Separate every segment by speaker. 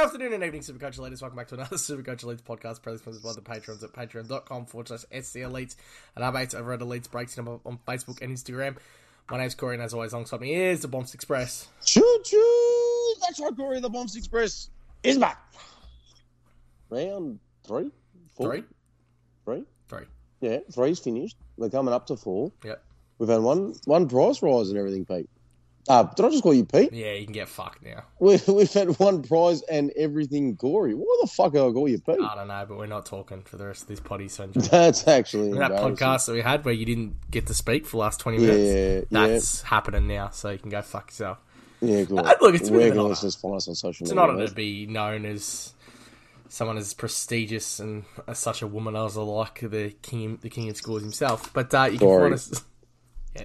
Speaker 1: afternoon and evening, Super Coach Elites. Welcome back to another Super Coach Elites podcast, proudly sponsored by the patrons at patreon.com forward slash SC Elites and our mates over at Elites Breaks and on Facebook and Instagram. My name's Corey, and as always, alongside me is the Bombs Express.
Speaker 2: Choo choo! That's right, Corey. The Bombs Express is back. Round three, four,
Speaker 1: Three?
Speaker 2: three.
Speaker 1: Three.
Speaker 2: Yeah, three's finished. We're coming up to four.
Speaker 1: Yep.
Speaker 2: We've had one one price rise and everything, Pete. Uh, did I just call you Pete?
Speaker 1: Yeah, you can get fucked now.
Speaker 2: We, we've had one prize and everything, Corey. Why the fuck did I call you Pete?
Speaker 1: I don't know, but we're not talking for the rest of this potty syndrome.
Speaker 2: That's actually
Speaker 1: that
Speaker 2: embarrassing.
Speaker 1: podcast that we had where you didn't get to speak for the last 20
Speaker 2: Yeah,
Speaker 1: minutes,
Speaker 2: yeah.
Speaker 1: that's happening now, so you can go fuck yourself.
Speaker 2: Yeah, cool.
Speaker 1: Uh, look, it's a bit
Speaker 2: Where
Speaker 1: of
Speaker 2: can
Speaker 1: an
Speaker 2: listeners find us on social
Speaker 1: It's an
Speaker 2: media?
Speaker 1: honour
Speaker 2: mate?
Speaker 1: to be known as someone as prestigious and as such a womanizer like the king, the king of schools himself. But uh, you can
Speaker 2: Sorry.
Speaker 1: find us.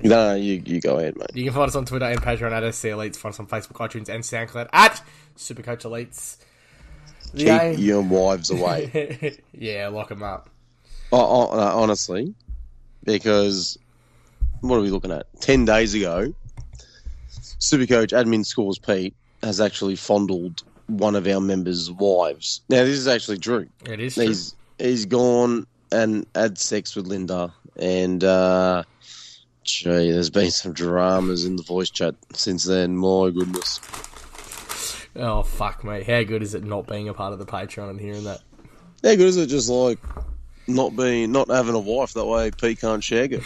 Speaker 2: No, you, you go ahead, mate.
Speaker 1: You can find us on Twitter and Patreon at SC Elites. Find us on Facebook, iTunes, and SoundCloud at Supercoach Elites. The aim-
Speaker 2: Keep your wives away.
Speaker 1: yeah, lock them up.
Speaker 2: Oh, oh, uh, honestly, because what are we looking at? Ten days ago, Supercoach admin scores Pete has actually fondled one of our members' wives. Now this is actually Drew.
Speaker 1: It is true.
Speaker 2: He's he's gone and had sex with Linda, and uh, gee, there's been some dramas in the voice chat since then. My goodness,
Speaker 1: Oh fuck, mate! How good is it not being a part of the Patreon and hearing that?
Speaker 2: how good is it? Just like not being, not having a wife that way, Pete can't shag it.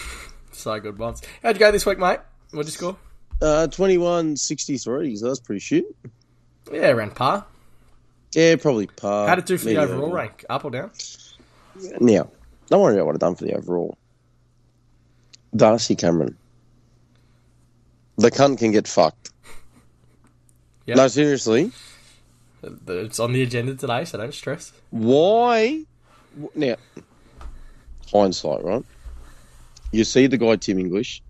Speaker 1: So good, once. How'd you go this week, mate? What'd you score?
Speaker 2: Uh, twenty-one sixty-three. So that's pretty shit.
Speaker 1: Yeah, around par.
Speaker 2: Yeah, probably par.
Speaker 1: How'd it do for the
Speaker 2: Maybe
Speaker 1: overall
Speaker 2: over.
Speaker 1: rank? Up or down?
Speaker 2: Now, don't worry about what I've done for the overall. Darcy Cameron. The cunt can get fucked.
Speaker 1: Yeah.
Speaker 2: No, seriously.
Speaker 1: It's on the agenda today, so don't stress.
Speaker 2: Why? w- Now, hindsight, right? You see the guy Tim English.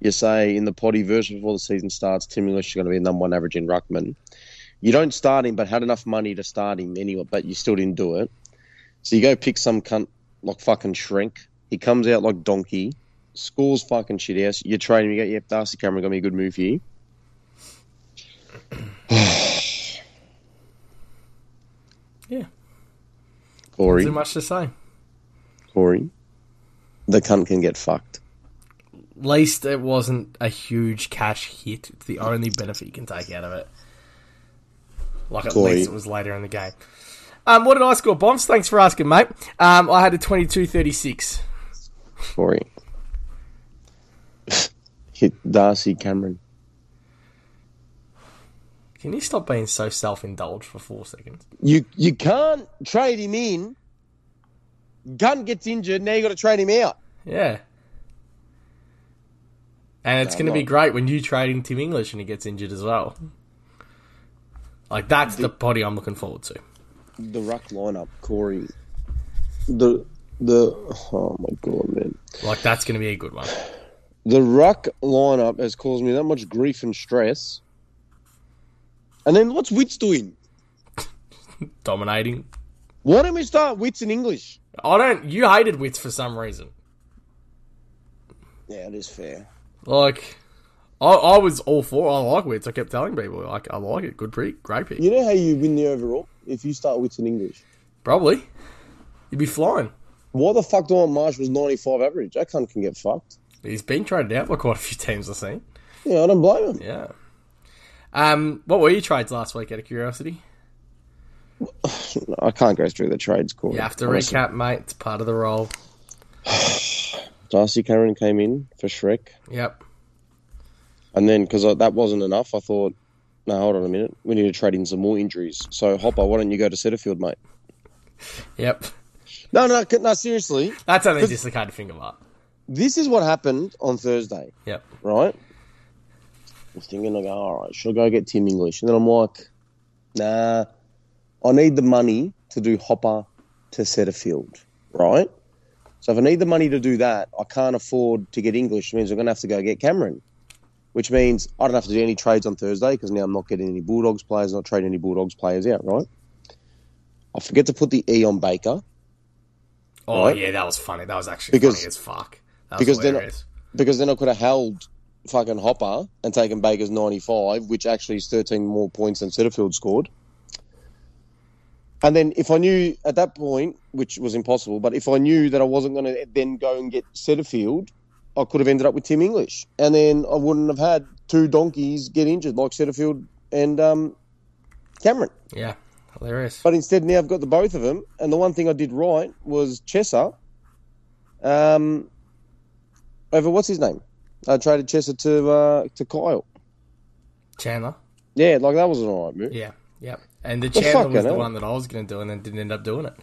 Speaker 2: You say in the potty verse before the season starts, Tim English is going to be a number one average in Ruckman. You don't start him, but had enough money to start him anyway, but you still didn't do it. So you go pick some cunt like fucking shrink. He comes out like donkey, scores fucking shit ass. You trade him, you go, yep, Darcy Cameron got me a good move here.
Speaker 1: Yeah.
Speaker 2: Corey.
Speaker 1: Too much to say.
Speaker 2: Corey. The cunt can get fucked.
Speaker 1: least it wasn't a huge cash hit. It's the only benefit you can take out of it. Like at
Speaker 2: Corey.
Speaker 1: least it was later in the game. Um, what did I score, bombs? Thanks for asking, mate. Um, I had a twenty-two thirty-six.
Speaker 2: Corey. Hit Darcy Cameron.
Speaker 1: Can you stop being so self-indulged for four seconds?
Speaker 2: You you can't trade him in. Gun gets injured, now you gotta trade him out.
Speaker 1: Yeah. And it's
Speaker 2: No,
Speaker 1: going to be
Speaker 2: not-
Speaker 1: great when you trade in Tim English and he gets injured as well. Like that's the body I'm looking forward to.
Speaker 2: The ruck lineup, Corey. The the oh my god, man.
Speaker 1: Like that's going to be a good one.
Speaker 2: The ruck lineup has caused me that much grief and stress. And then what's Wits doing?
Speaker 1: Dominating.
Speaker 2: Why don't we start Wits in English?
Speaker 1: I don't. You hated Wits for some reason.
Speaker 2: Yeah, it is fair.
Speaker 1: Like, I, I was all for. I like Wits. I kept telling people, like, I like it. Good pick, great pick.
Speaker 2: You know how you win the overall? If you start Wits in English.
Speaker 1: Probably, you'd be flying.
Speaker 2: Why the fuck do I want Marsh was 95 average? That cunt can get fucked.
Speaker 1: He's been traded out by quite a few teams. I've seen.
Speaker 2: Yeah, I don't blame him.
Speaker 1: Yeah. Um, what were your trades last week? Out of curiosity,
Speaker 2: I can't go through the trades, Corey.
Speaker 1: you have to
Speaker 2: Honestly.
Speaker 1: recap, mate. It's part of the role.
Speaker 2: Darcy Cameron came in for Shrek.
Speaker 1: Yep.
Speaker 2: And then, because that wasn't enough, I thought, no, hold on a minute. We need to trade in some more injuries. So, Hopper, why don't you go to Setterfield, mate?
Speaker 1: Yep.
Speaker 2: No, no, c- no, seriously.
Speaker 1: That's only dislocated finger mark.
Speaker 2: This is what happened on Thursday,
Speaker 1: Yep.
Speaker 2: right? I'm thinking, like, all right, should I go get Tim English? And then I'm like, nah, I need the money to do Hopper to Setterfield, right? So if I need the money to do that, I can't afford to get English. It means I'm going to have to go get Cameron, which means I don't have to do any trades on Thursday because now I'm not getting any Bulldogs players, not trading any Bulldogs players out, right? I forget to put the E on Baker
Speaker 1: Oh
Speaker 2: Right.
Speaker 1: yeah, that was funny. That was actually
Speaker 2: Because-
Speaker 1: funny as fuck. That was
Speaker 2: because then-
Speaker 1: hilarious.
Speaker 2: because then I could have held fucking Hopper and taken Baker's 95, which actually is 13 more points than Setterfield scored. And then if I knew at that point, which was impossible, but if I knew that I wasn't going to then go and get Setterfield, I could have ended up with Tim English, and then I wouldn't have had two donkeys get injured like Setterfield and um, Cameron.
Speaker 1: Yeah, hilarious.
Speaker 2: But instead, now I've got the both of them. And the one thing I did right was Chessa. Um, over what's his name? I traded Chessa to uh, to Kyle.
Speaker 1: Chandler.
Speaker 2: Yeah, like that was an alright move.
Speaker 1: Yeah, yeah. And the
Speaker 2: Well, eh?
Speaker 1: Chandler
Speaker 2: fucking
Speaker 1: was the
Speaker 2: hell.
Speaker 1: one that I was going to do and then didn't end up doing it.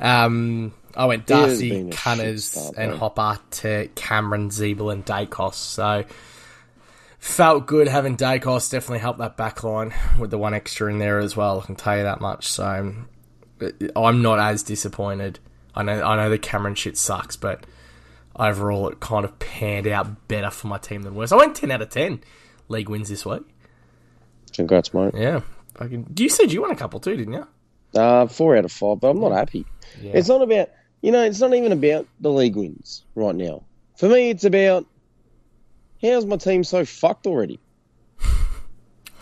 Speaker 1: Um, I went
Speaker 2: It has
Speaker 1: Darcy,
Speaker 2: been a shit
Speaker 1: Cunners,
Speaker 2: start,
Speaker 1: and
Speaker 2: though.
Speaker 1: Hopper to Cameron, Zeebel, and Dacos. So felt good having Dacos. Definitely helped that back line with the one extra in there as well. I can tell you that much. So I'm not as disappointed. I know I know the Cameron shit sucks, but overall it kind of panned out better for my team than worse. I went ten out of ten league wins this week.
Speaker 2: Congrats, mate.
Speaker 1: Yeah. Fucking, you said you won a couple too, didn't you?
Speaker 2: Uh, four out of five, but I'm not happy.
Speaker 1: Yeah.
Speaker 2: It's not about, you know, it's not even about the league wins right now. For me, it's about how's my team so fucked already?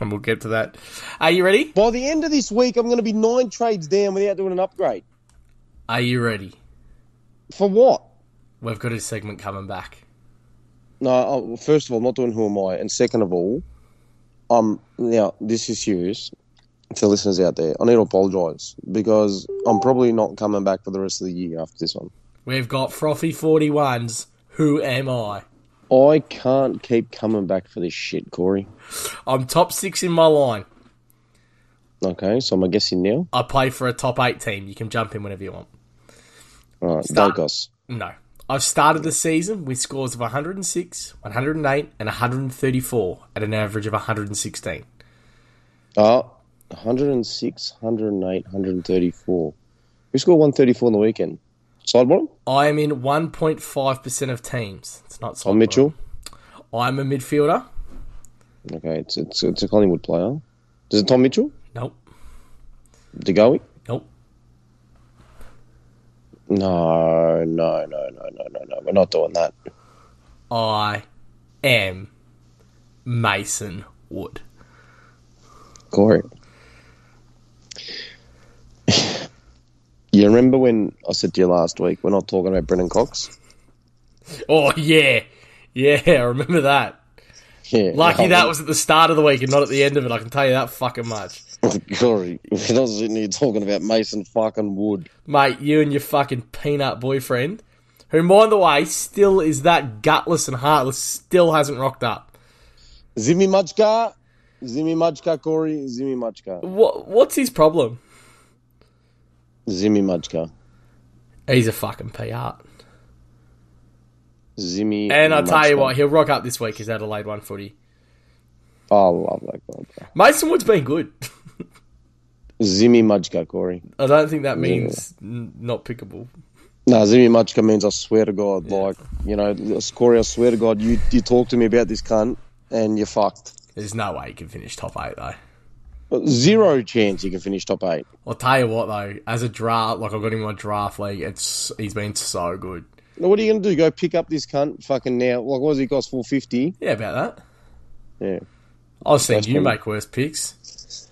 Speaker 1: And we'll get to that. Are you ready?
Speaker 2: By the end of this week, I'm going to be nine trades down without doing an upgrade.
Speaker 1: Are you ready?
Speaker 2: For what?
Speaker 1: We've got a segment coming back.
Speaker 2: No, I, well, first of all, I'm not doing who am I, and second of all, um, now this is serious to listeners out there. I need to apologise because I'm probably not coming back for the rest of the year after this one.
Speaker 1: We've got Frothy 41's Who Am I?
Speaker 2: I can't keep coming back for this shit, Corey.
Speaker 1: I'm top six in my line.
Speaker 2: Okay, so I'm guessing now.
Speaker 1: I play for a top eight team. You can jump in whenever you want.
Speaker 2: All right,
Speaker 1: Start.
Speaker 2: Dagos.
Speaker 1: No. I've started the season with scores of 106, 108, and 134 at an average of 116.
Speaker 2: Oh, 106, 108, 134. Who scored 134 on the weekend? Side bottom?
Speaker 1: I am in 1.5% of teams. It's not
Speaker 2: Tom Mitchell.
Speaker 1: I'm a midfielder.
Speaker 2: Okay, it's, it's it's a Collingwood player. Is it Tom Mitchell?
Speaker 1: Nope.
Speaker 2: DeGoey?
Speaker 1: Nope.
Speaker 2: No, no, no, no, no, no, no. We're not doing that.
Speaker 1: I am Mason Wood.
Speaker 2: Corey. you remember when I said to you last week, we're not talking about Brennan Cox?
Speaker 1: Oh yeah, yeah, I remember that.
Speaker 2: Yeah.
Speaker 1: Lucky
Speaker 2: no,
Speaker 1: that was at the start of the week and not at the end of it. I can tell you that fucking much,
Speaker 2: Corey, we're not sitting here talking about Mason fucking Wood.
Speaker 1: mate. You and your fucking peanut boyfriend, who mind the way still is that gutless and heartless, still hasn't rocked up.
Speaker 2: Zimmy Machka. Zimmy Machka, Corey. Zimmy Machka.
Speaker 1: What what's his problem?
Speaker 2: Zimmy Machka.
Speaker 1: He's a fucking peart.
Speaker 2: Zimmy.
Speaker 1: And I tell you
Speaker 2: Machka.
Speaker 1: what, he'll rock up this week. His Adelaide one footy.
Speaker 2: Oh, I love that guy, bro.
Speaker 1: Mason Wood's been good.
Speaker 2: Zimmy Machka, Corey.
Speaker 1: I don't think that means n- not pickable.
Speaker 2: No, Zimmy Machka means I swear to God, like, you know, Corey, I swear to God, you, you talk to me about this cunt and you're fucked.
Speaker 1: There's no way he can finish top eight though.
Speaker 2: Zero chance you can finish top eight.
Speaker 1: I'll tell you what though, as a draft, like I've got him in my draft league, it's he's been so good.
Speaker 2: Now, what are you going to do? Go pick up this cunt fucking now? Like, what does he cost? 450
Speaker 1: Yeah, about that.
Speaker 2: Yeah.
Speaker 1: I was thinking you
Speaker 2: probably-
Speaker 1: make worse picks.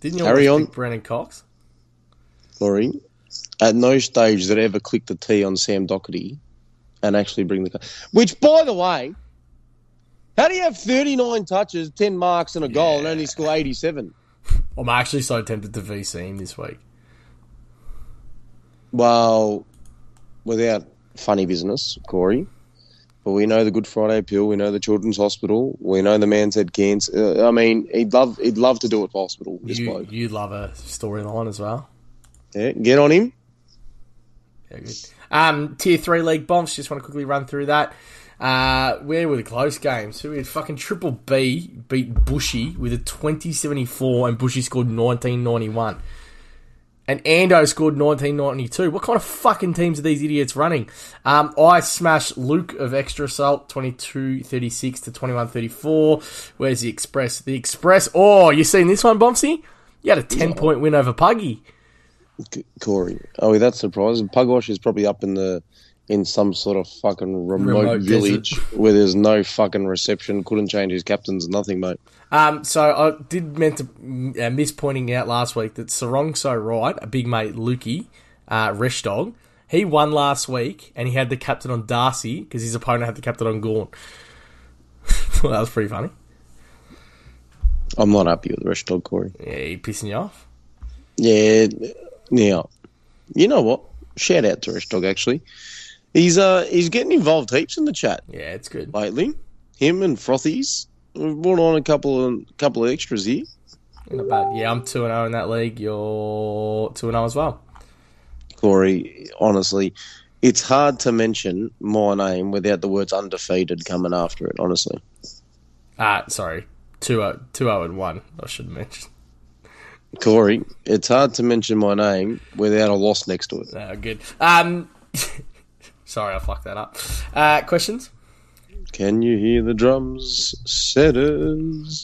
Speaker 1: Didn't you
Speaker 2: Carry
Speaker 1: always
Speaker 2: on.
Speaker 1: pick Brandon Cox?
Speaker 2: Laurie, at no stage did I ever click the T on Sam Doherty and actually bring the cunt. Which, by the way, how do you have 39 touches, 10 marks, and a goal and only score 87?
Speaker 1: I'm actually so tempted to VC him this week.
Speaker 2: Well, without funny business, Corey. But we know the Good Friday pill. We know the Children's Hospital. We know the man's had cancer. Uh, I mean, he'd love he'd love to do it for hospital. This
Speaker 1: You,
Speaker 2: bloke.
Speaker 1: you love a storyline as well.
Speaker 2: Yeah, get on him.
Speaker 1: Yeah, good. Um, tier three league bombs. Just want to quickly run through that. Uh, where were the close games? Who we had fucking Triple B beat Bushy with a twenty seventy four, and Bushy scored nineteen ninety one. And Ando scored nineteen ninety two. What kind of fucking teams are these idiots running? Um, I smashed Luke of Extra Assault twenty two thirty six to twenty one thirty four. Where's the Express? The Express. Oh, you seen this one, Bombsy? You had a ten point win over Puggy.
Speaker 2: C- Corey. Oh, that's surprising. Pugwash is probably up in the in some sort of fucking remote,
Speaker 1: Remote
Speaker 2: village where there's no fucking reception, couldn't change his captains, nothing, mate.
Speaker 1: Um, so I did meant to mm, uh, miss pointing out last week that Sarong So Right, a big mate Lukey, uh, Reshdog, he won last week and he had the captain on Darcy because his opponent had the captain on Gorn. Thought that was pretty funny.
Speaker 2: I'm not happy with the rest of Corey.
Speaker 1: Yeah, he pissing you off.
Speaker 2: Yeah, now you know what? Shout out to Rich Dog actually. He's uh he's getting involved heaps in the chat
Speaker 1: Yeah, it's good.
Speaker 2: lately. Him and Frothies. We've brought on a couple of couple of extras here.
Speaker 1: Not bad. Yeah, I'm 2 0 in that league. You're 2 0 as well.
Speaker 2: Corey, honestly, it's hard to mention my name without the words undefeated coming after it, honestly.
Speaker 1: Ah, sorry. 2 0 and 1, I should mention.
Speaker 2: Corey, it's hard to mention my name without a loss next to it.
Speaker 1: Uh, good. Um, sorry, I fucked that up. Uh, questions?
Speaker 2: Can you hear the drums? Setters.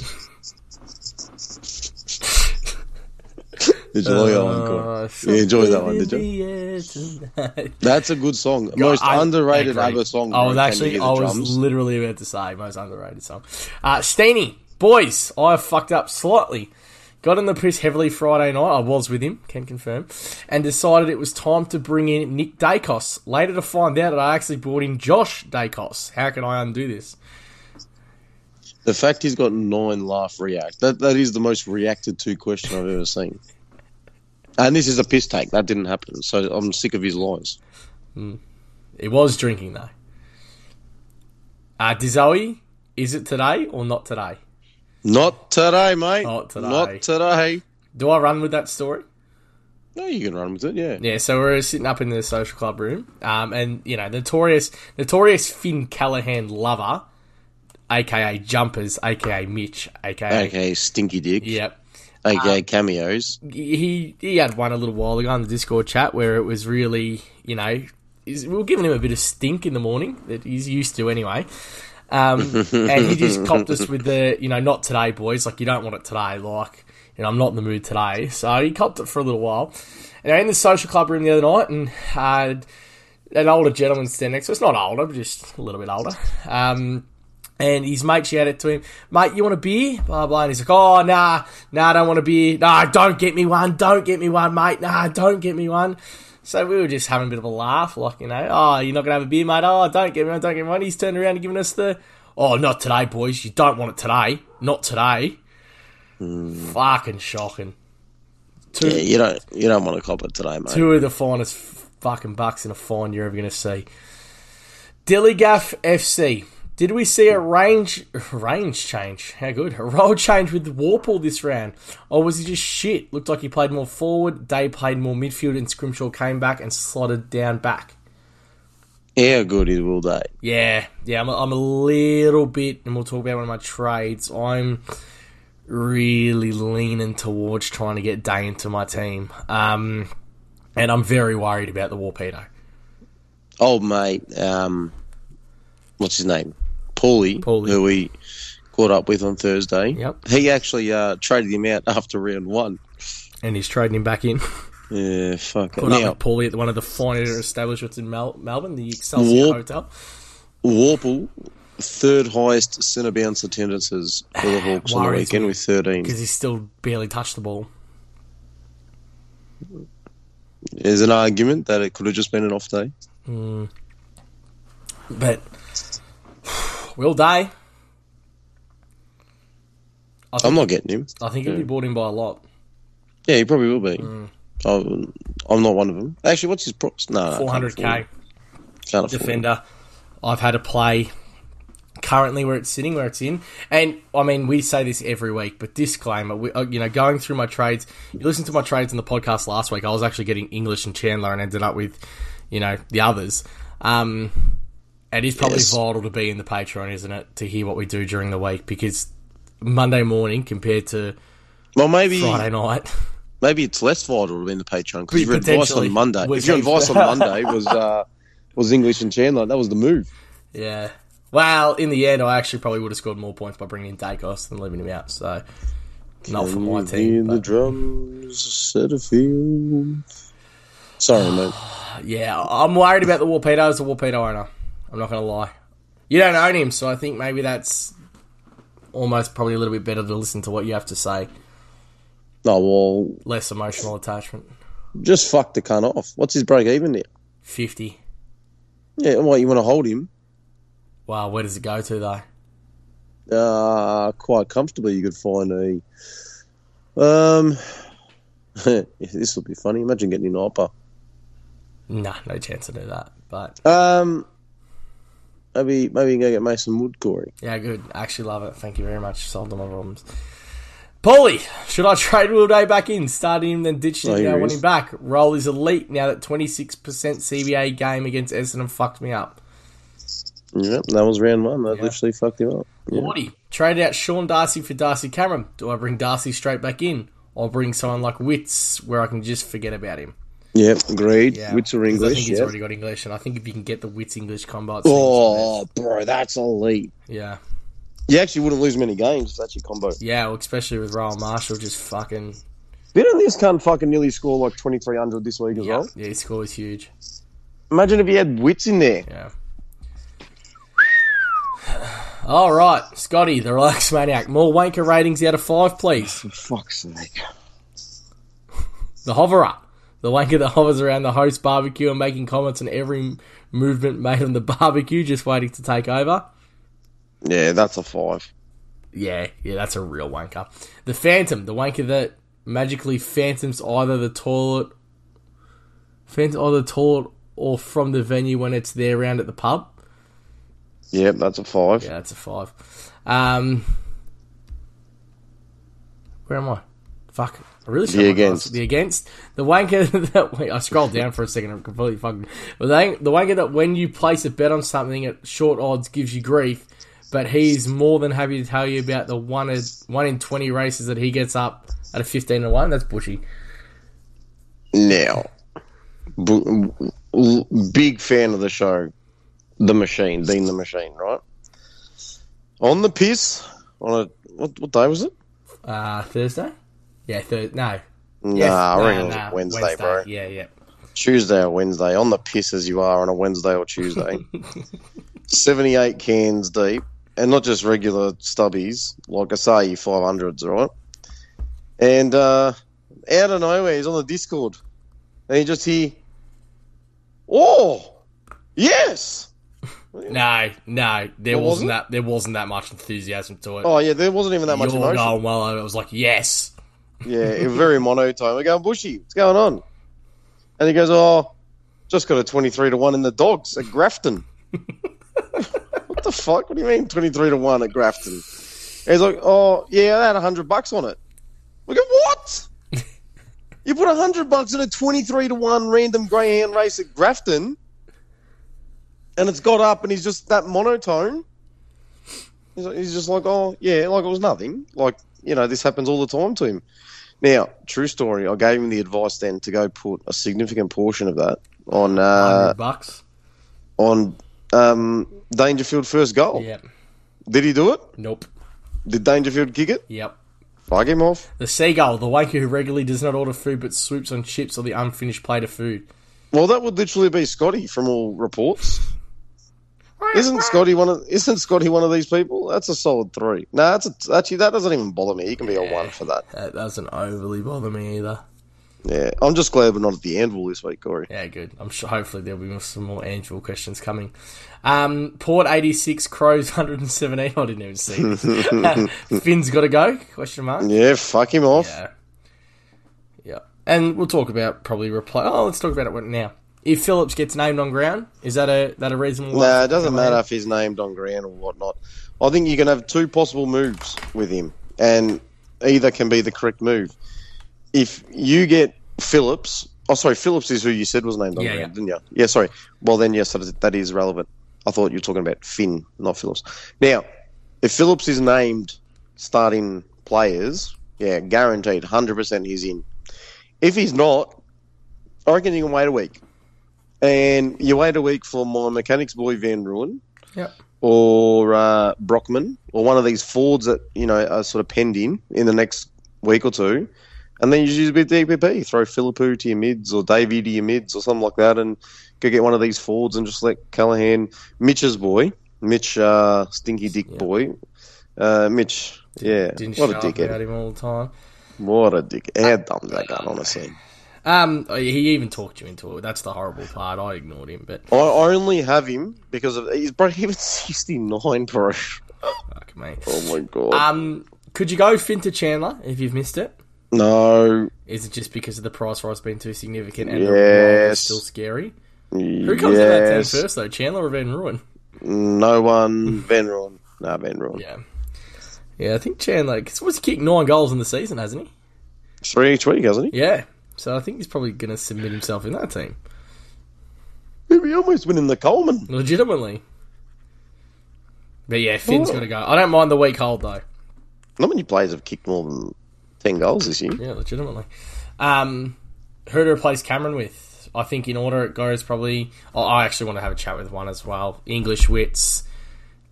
Speaker 2: did you like that
Speaker 1: Uh,
Speaker 2: one,
Speaker 1: Ah,
Speaker 2: Corey? You enjoyed that one, did you?
Speaker 1: you?
Speaker 2: That's a good song. Most underrated ABBA song.
Speaker 1: I was
Speaker 2: bro, Can You
Speaker 1: actually,
Speaker 2: Hear the
Speaker 1: I was
Speaker 2: Drums?
Speaker 1: literally about to say most underrated song. Uh, Steeny, boys, I fucked up slightly. Got in the piss heavily Friday night. I was with him, can confirm, and decided it was time to bring in Nick Dacos. Later to find out that I actually brought in Josh Dacos. How can I undo this?
Speaker 2: the fact he's got nine laugh react. That that is the most reacted to question I've ever seen. And this is a piss take. That didn't happen. So I'm sick of his lies.
Speaker 1: It was drinking though. Uh, Dizoe, is it today or not today?
Speaker 2: Not today, mate.
Speaker 1: Not today.
Speaker 2: Not today.
Speaker 1: Do I run with that story?
Speaker 2: No, you can run with it. Yeah.
Speaker 1: Yeah, so we're sitting up in the social club room, um, and you know, notorious, notorious Finn Callahan lover, aka Jumpers, aka Mitch, aka
Speaker 2: Okay, stinky dick.
Speaker 1: yep.
Speaker 2: Okay, cameos.
Speaker 1: He he had one a little while ago on the Discord chat where it was really, you know, is, we were giving him a bit of stink in the morning that he's used to anyway. Um, and he just copped us with the, you know, not today, boys. Like, you don't want it today. Like, you know, I'm not in the mood today. So he copped it for a little while. And I'm in the social club room the other night, and uh, an older gentleman standing next to us. Not older, but just a little bit older. Um, and his mate shouted to him, mate, you want a beer? Blah, blah. And he's like, oh, nah, nah, I don't want a beer. Nah, don't get me one. Don't get me one, mate. Nah, don't get me one. So we were just having a bit of a laugh, like, you know, oh, you're not going to have a beer, mate. Oh, don't get me one. Don't get me one. He's turned around and given us the, oh, not today, boys. You don't want it today. Not today. Fucking shocking. Two,
Speaker 2: Yeah, you don't you don't want to cop it today, mate.
Speaker 1: two of the finest fucking bucks in a fine you're ever going to see. Dillygaff FC. Did we see a range range change? How good a role change with Warple this round, or was he just shit? Looked like he played more forward. Day played more midfield, and Scrimshaw came back and slotted down back.
Speaker 2: How good is Will Day?
Speaker 1: Yeah, yeah, I'm a, I'm a little bit, and we'll talk about one of my trades. I'm really leaning towards trying to get Day into my team, um, and I'm very worried about the Warpedo.
Speaker 2: old mate, um, what's his name? Paulie,
Speaker 1: Paulie.
Speaker 2: who we caught up with on Thursday.
Speaker 1: Yep.
Speaker 2: He actually uh, traded him out after round one.
Speaker 1: and he's trading him back in.
Speaker 2: Yeah, fuck. it.
Speaker 1: Put up
Speaker 2: Now,
Speaker 1: with Paulie at one of the finer establishments in Mel- Melbourne, the Excelsior
Speaker 2: Whoop.
Speaker 1: Hotel.
Speaker 2: Warple, third highest centre bounce attendances for the Hawks on the
Speaker 1: Worries
Speaker 2: weekend
Speaker 1: me.
Speaker 2: with 13.
Speaker 1: Because he's still barely touched the ball.
Speaker 2: There's an argument that it could have just been an off day.
Speaker 1: But Will Day,
Speaker 2: I'm not getting him.
Speaker 1: I think he'll be bought in by a lot.
Speaker 2: Yeah, he probably will be.
Speaker 1: Mm.
Speaker 2: I'm, I'm not one of them. Actually, what's his props? No, no, can't
Speaker 1: 400k
Speaker 2: afford- Can't afford him.
Speaker 1: defender. I've had a play currently where it's sitting, where it's in. And I mean, we say this every week, but disclaimer, we, uh, you know, going through my trades, you listen to my trades on the podcast last week, I was actually getting English and Chandler and ended up with, you know, the others. Um, it is probably
Speaker 2: Yes.
Speaker 1: vital to be in the Patreon, isn't it, to hear what we do during the week because Monday morning compared to
Speaker 2: Well, maybe
Speaker 1: Friday night.
Speaker 2: maybe it's less vital than the Patreon because your advice
Speaker 1: Potentially.
Speaker 2: on Monday,
Speaker 1: Was
Speaker 2: if your advice on Monday was uh, was English and Chandler, that was the move.
Speaker 1: Yeah. Well, in the end, I actually probably would have scored more points by bringing in Dacos than leaving him out. So, not Oh, for my
Speaker 2: Hear
Speaker 1: team.
Speaker 2: the
Speaker 1: But,
Speaker 2: drums set afield. Sorry, mate.
Speaker 1: Yeah, I'm worried about the Warpedo as the Warpedo owner. I'm not going to lie. You don't own him, so I think maybe that's almost probably a little bit better to listen to what you have to say.
Speaker 2: No, well,
Speaker 1: Less emotional attachment.
Speaker 2: just fuck the cunt off. What's his break even now?
Speaker 1: 50.
Speaker 2: Yeah, well, you want to hold him
Speaker 1: Wow, where does it go to, though?
Speaker 2: uh, quite comfortably. You could find a. Um, this will be funny. Imagine getting an opera.
Speaker 1: Nah, no chance to do that. But
Speaker 2: Um, maybe maybe you can go get Mason Wood, Corey.
Speaker 1: yeah, good. I actually love it. Thank you very much. Solved all my problems. Paulie, should I trade Will Day back in? Start him, then ditch him.
Speaker 2: Oh, here
Speaker 1: now
Speaker 2: he
Speaker 1: want
Speaker 2: is.
Speaker 1: him back. Roll is elite now that 26% CBA game against Essendon fucked me up.
Speaker 2: Yeah, that was round one. That
Speaker 1: Yeah.
Speaker 2: literally fucked him up. Yeah.
Speaker 1: Forty. Trade out Sean Darcy for Darcy Cameron. Do I bring Darcy straight back in? Or bring someone like Wits where I can just forget about him?
Speaker 2: Yep, agreed.
Speaker 1: Yeah.
Speaker 2: Wits are
Speaker 1: Because I
Speaker 2: English.
Speaker 1: think he's
Speaker 2: Yeah.
Speaker 1: already got English, and I think if you can get the Wits English combo, it seems
Speaker 2: Oh, bro, that's elite.
Speaker 1: the best. yeah.
Speaker 2: You actually wouldn't lose many games. That's your combo.
Speaker 1: Yeah, well, especially with Royal Marshall just fucking.
Speaker 2: Didn't this cunt fucking nearly score like 2,300 this week as
Speaker 1: Yeah,
Speaker 2: well?
Speaker 1: yeah, his score was huge.
Speaker 2: Imagine if he had wits in there.
Speaker 1: Yeah. All right, Scotty, the relaxed maniac. More wanker ratings out of five, please.
Speaker 2: For fuck's sake.
Speaker 1: The hoverer. The wanker that hovers around the host barbecue and making comments on every m- movement made on the barbecue, just waiting to take over.
Speaker 2: Yeah, that's a five.
Speaker 1: Yeah, yeah, that's a real wanker. The phantom. The wanker that magically phantoms either the toilet, phantom either the toilet or from the venue when it's there round at the pub.
Speaker 2: Yep, that's a five.
Speaker 1: Yeah, that's a five. Um, where am I? Fuck. I really should have
Speaker 2: The
Speaker 1: my
Speaker 2: against.
Speaker 1: glasses. the against the wanker that wait, I scrolled down for a second. I'm completely fucking. But the, the wanker that when you place a bet on something at short odds gives you grief, but he's more than happy to tell you about the one in, one in twenty races that he gets up at a fifteen to one. That's bushy.
Speaker 2: Now, b- b- big fan of the show, The Machine, Dean The Machine, right? On the piss, on a. What, what day was it?
Speaker 1: Uh, Thursday. Yeah, thir- no. Yes,
Speaker 2: Nah, I
Speaker 1: no,
Speaker 2: reckon it was
Speaker 1: no,
Speaker 2: Wednesday, bro.
Speaker 1: Yeah, yeah.
Speaker 2: Tuesday or Wednesday, on the piss as you are on a Wednesday or Tuesday. 78 cans deep, and not just regular stubbies, like I say, your 500s, right? And uh, out of nowhere, he's on the Discord, and you just hear, Oh, yes!
Speaker 1: No, no, there
Speaker 2: There
Speaker 1: wasn't
Speaker 2: wasn't?
Speaker 1: that. There wasn't that much enthusiasm to it.
Speaker 2: Oh, yeah, there wasn't even that much
Speaker 1: You're
Speaker 2: emotion.
Speaker 1: going well. I was like, yes.
Speaker 2: Yeah, it was very monotone. We're going, Bushy, what's going on? And he goes, Oh, just got a 23 to 1 in the dogs at Grafton. what the fuck? What do you mean 23 to 1 at Grafton? And he's like, Oh, yeah, I had 100 bucks on it. We go, What? you put 100 bucks on a 23 to 1 random greyhound race at Grafton, and it's got up, and he's just that monotone. He's like- He's just like, Oh, yeah, like it was nothing. Like, you know, this happens all the time to him. Now, true story, I gave him the advice then to go put a significant portion of that on uh,
Speaker 1: Hundred bucks.
Speaker 2: on um, Dangerfield first goal.
Speaker 1: Yep.
Speaker 2: Did he do it?
Speaker 1: Nope.
Speaker 2: Did Dangerfield kick it?
Speaker 1: Yep.
Speaker 2: Fuck him off.
Speaker 1: The seagull, the wanker who regularly does not order food but swoops on chips or the unfinished plate of food.
Speaker 2: Well, that would literally be Scotty from all reports. Isn't Scotty one of Isn't Scotty one of these people? That's a solid three. No, that's a, actually that doesn't even bother me. He can be a one for that.
Speaker 1: That doesn't overly bother me either.
Speaker 2: Yeah, I'm just glad we're not at the anvil this week, Corey.
Speaker 1: Yeah, good. I'm sure. Hopefully there'll be some more Angel questions coming. Um, Port eighty six, Crows hundred and seventeen. I didn't even see. this. Finn's got to go? Question mark.
Speaker 2: Yeah, fuck him off.
Speaker 1: Yeah. Yeah. And we'll talk about probably reply. Oh, let's talk about it now. If Phillips gets named on ground, is that a that a reason why?
Speaker 2: No, it doesn't matter if he's named on ground or whatnot. I think you can have two possible moves with him, and either can be the correct move. If you get Phillips, oh, sorry, Phillips is who you said was named on
Speaker 1: Yeah,
Speaker 2: ground,
Speaker 1: yeah.
Speaker 2: didn't you? Yeah, sorry. Well, then, yes, that is, that is relevant. I thought you were talking about Finn, not Phillips. Now, if Phillips is named starting players, yeah, guaranteed, 100% he's in. If he's not, I reckon you can wait a week. And you wait a week for my mechanics boy Van Ruin
Speaker 1: Yep.
Speaker 2: or uh, Brockman or one of these Fords that you know are sort of penned in in the next week or two, And then you just use a bit of DPP. Throw Philippou to your mids or Davey to your mids or something like that and go get one of these forwards and just let Callahan, Mitch's boy, Mitch uh, Stinky Dick
Speaker 1: Yeah.
Speaker 2: boy, uh, Mitch, yeah,
Speaker 1: Didn't
Speaker 2: what a
Speaker 1: shut up about
Speaker 2: dickhead.
Speaker 1: him all the time.
Speaker 2: What a dick. How dumb's that gun, honestly?
Speaker 1: Um, oh, yeah, he even talked you into it. That's the horrible part. I ignored him, but
Speaker 2: I, I only have him because of he's bro, he was 69, bro.
Speaker 1: fuck me.
Speaker 2: Oh my god.
Speaker 1: Um, could you go Finta Chandler if you've missed it?
Speaker 2: no.
Speaker 1: Is it just because of the price rise being too significant and the
Speaker 2: Yes.
Speaker 1: role is still scary? Who
Speaker 2: Who
Speaker 1: comes to that team
Speaker 2: yes.
Speaker 1: first though, Chandler or Van Ruin?
Speaker 2: No one. Venron. No, Venron.
Speaker 1: Yeah, yeah, I think Chandler. Cause what's he kicked nine goals in the season, hasn't he?
Speaker 2: Three each week, hasn't he?
Speaker 1: Yeah, so I think he's probably going to submit himself in that team
Speaker 2: He'd be almost winning the Coleman.
Speaker 1: legitimately. But yeah, Finn's
Speaker 2: Oh.
Speaker 1: got to go. I don't mind the weak hold though.
Speaker 2: Not many players have kicked more than 10 goals this year.
Speaker 1: Yeah, legitimately. Um, who to replace Cameron with? I think in order it goes probably. Oh, I actually want to have a chat with one as well. English wits,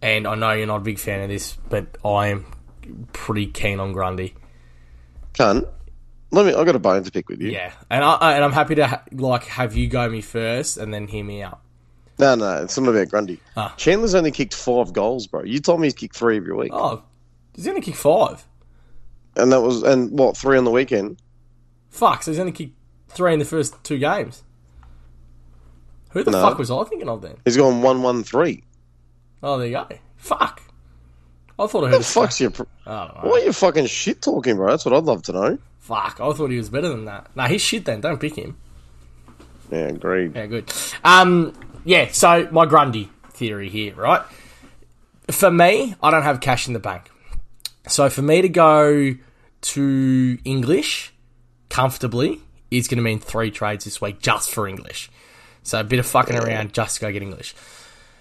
Speaker 1: and I know you're not a big fan of this, but I am pretty keen on Grundy.
Speaker 2: Cunt. Let me, I've got a bone to pick with you.
Speaker 1: Yeah, and I, I and I'm happy to ha- like have you go me first and then hear me out.
Speaker 2: No, no, it's not about Grundy.
Speaker 1: Ah.
Speaker 2: Chandler's only kicked five goals, bro. You told me he's kicked three every week.
Speaker 1: Oh, he's gonna kick five.
Speaker 2: And that was, and what, three on the weekend?
Speaker 1: Fuck, so he's gonna kick three in the first two games. Who the
Speaker 2: No.
Speaker 1: fuck was I thinking of then?
Speaker 2: He's gone 1 1 3.
Speaker 1: Oh, there you go. Fuck. I thought I
Speaker 2: What
Speaker 1: heard.
Speaker 2: the fuck's your. pr-
Speaker 1: I don't know.
Speaker 2: What are you fucking shit talking, bro? That's what I'd love to know.
Speaker 1: Fuck, I thought he was better than that. Nah, he's shit then. Don't pick him.
Speaker 2: Yeah, agreed.
Speaker 1: Yeah, good. Um, yeah, so my Grundy theory here, right? For me, I don't have cash in the bank. So for me to go to English comfortably is going to mean three trades this week just for English. So a bit of fucking around just to go get English.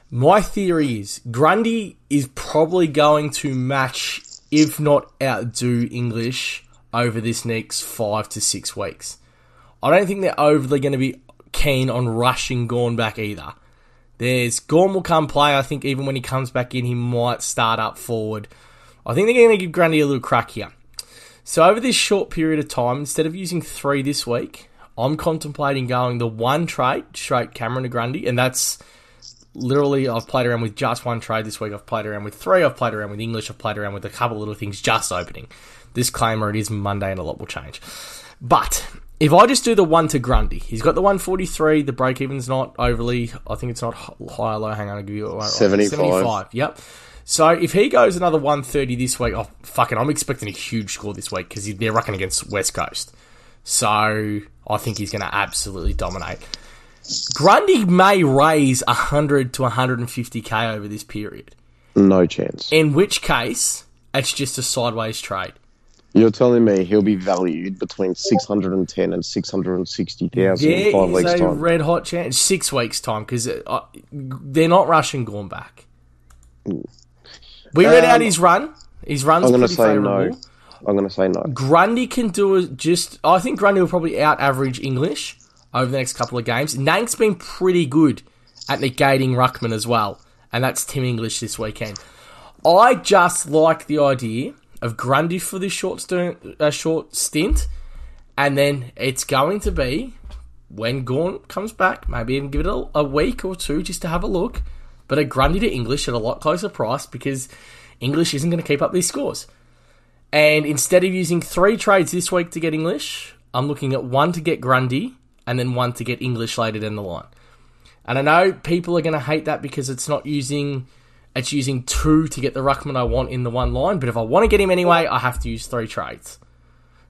Speaker 1: My theory is Grundy is probably going to match, if not outdo, English over this next five to six weeks. I don't think they're overly going to be keen on rushing Gorn back either. There's Gorn will come play. I think even when he comes back in, he might start up forward. I think they're going to give Grundy a little crack here. So over this short period of time, instead of using three this week, I'm contemplating going the one trade straight Cameron to Grundy, and that's literally I've played around with just one trade this week. I've played around with three. I've played around with English. I've played around with a couple little things just opening. This claimer it is Monday, and a lot will change. But if I just do the one to Grundy, he's got the 143. The break even's not overly. I think it's not h- high or low. Hang on, I'll give you a
Speaker 2: 75.
Speaker 1: Yep. So if he goes another 130 this week, oh fucking, I'm expecting a huge score this week because they're rucking against West Coast. So I think he's going to absolutely dominate. Grundy may raise 100 to 150k over this period,
Speaker 2: No chance.
Speaker 1: in which case it's just a sideways trade.
Speaker 2: You're telling me he'll be valued between 610 and 660,000
Speaker 1: There
Speaker 2: in five weeks'
Speaker 1: is a
Speaker 2: time.
Speaker 1: red hot chance. Six weeks time because they're not rushing Gorn back. We read
Speaker 2: Mm. Um,
Speaker 1: out his run. His run's
Speaker 2: I'm going to
Speaker 1: pretty
Speaker 2: say
Speaker 1: favourable.
Speaker 2: no. I'm going to say no.
Speaker 1: Grundy can do it just. I think Grundy will probably out average English over the next couple of games. Nank's been pretty good at negating Ruckman as well, and that's Tim English this weekend. I just like the idea of Grundy for this short, stern, uh, short stint, and then it's going to be when Gorn comes back, maybe even give it a, a week or two just to have a look. But a Grundy to English at a lot closer price because English isn't going to keep up these scores. And instead of using three trades this week to get English, I'm looking at one to get Grundy and then one to get English later down the line. And I know people are going to hate that because it's not using it's using two to get the ruckman I want in the one line. But if I want to get him anyway, I have to use three trades.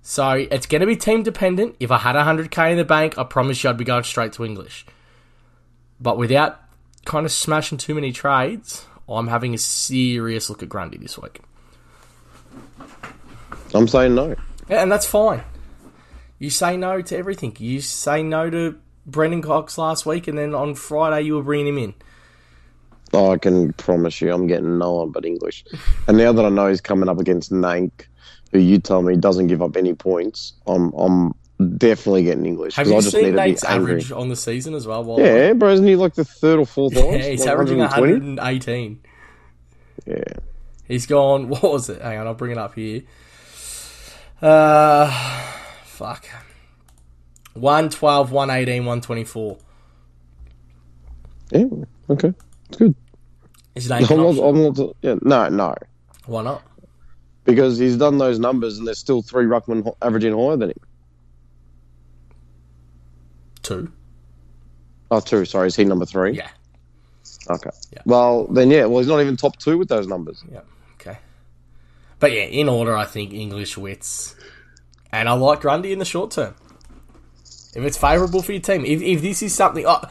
Speaker 1: So it's going to be team dependent. If I had 100k in the bank, I promise you I'd be going straight to English. But without kind of smashing too many trades, I'm having a serious look at Grundy this week.
Speaker 2: I'm saying no.
Speaker 1: Yeah, and that's fine. You say no to everything. You say no to Brendan Cox last week, and then on Friday you were bringing him in.
Speaker 2: Oh, I can promise you, I'm getting no one but English. And now that I know he's coming up against Nank, who you tell me doesn't give up any points, I'm I'm definitely getting English
Speaker 1: Have
Speaker 2: 'cause
Speaker 1: you
Speaker 2: I just need
Speaker 1: seen
Speaker 2: to be
Speaker 1: Nate's
Speaker 2: angry.
Speaker 1: average on the season as well? While
Speaker 2: Yeah, bro, isn't he like the third or fourth
Speaker 1: yeah,
Speaker 2: highest?
Speaker 1: he's
Speaker 2: Like
Speaker 1: averaging
Speaker 2: 120?
Speaker 1: 118.
Speaker 2: Yeah.
Speaker 1: He's gone. What was it? Hang on, I'll bring it up here. Uh, Fuck. 112, 118, 124.
Speaker 2: Yeah, okay. It's good.
Speaker 1: Is that
Speaker 2: I'm not, I'm not, yeah, no, no.
Speaker 1: Why not?
Speaker 2: Because he's done those numbers and there's still three Ruckman ho- averaging higher than him.
Speaker 1: Two.
Speaker 2: Oh, two, sorry. Is he number three?
Speaker 1: Yeah.
Speaker 2: Okay.
Speaker 1: Yeah.
Speaker 2: Well, then, yeah. Well, he's not even top two with those numbers.
Speaker 1: Yeah. Okay. But yeah, in order, I think English wits, and I like Grundy in the short term. If it's favourable for your team, if, if this is something, oh,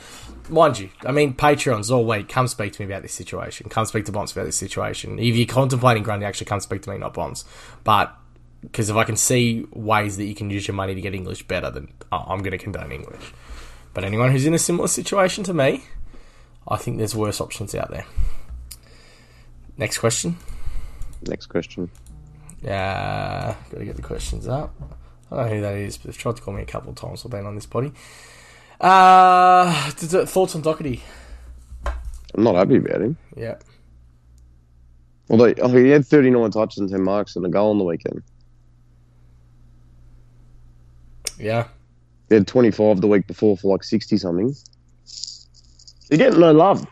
Speaker 1: mind you, I mean, Patreons all week, come speak to me about this situation. Come speak to Bonds about this situation. If you're contemplating Grundy, actually come speak to me, not Bonds. But because if I can see ways that you can use your money to get English better, then I- I'm going to condone English. But anyone who's in a similar situation to me, I think there's worse options out there. Next question.
Speaker 2: Next question.
Speaker 1: Yeah, gotta get the questions up. I don't know who that is, but they've tried to call me a couple of times while being on this body. Uh, d- d- thoughts on Doherty?
Speaker 2: I'm not happy about him.
Speaker 1: Yeah.
Speaker 2: Although oh, he had 39 touches and 10 marks and a goal on the weekend.
Speaker 1: Yeah.
Speaker 2: He had 25 the week before for like 60 something. He's getting no love.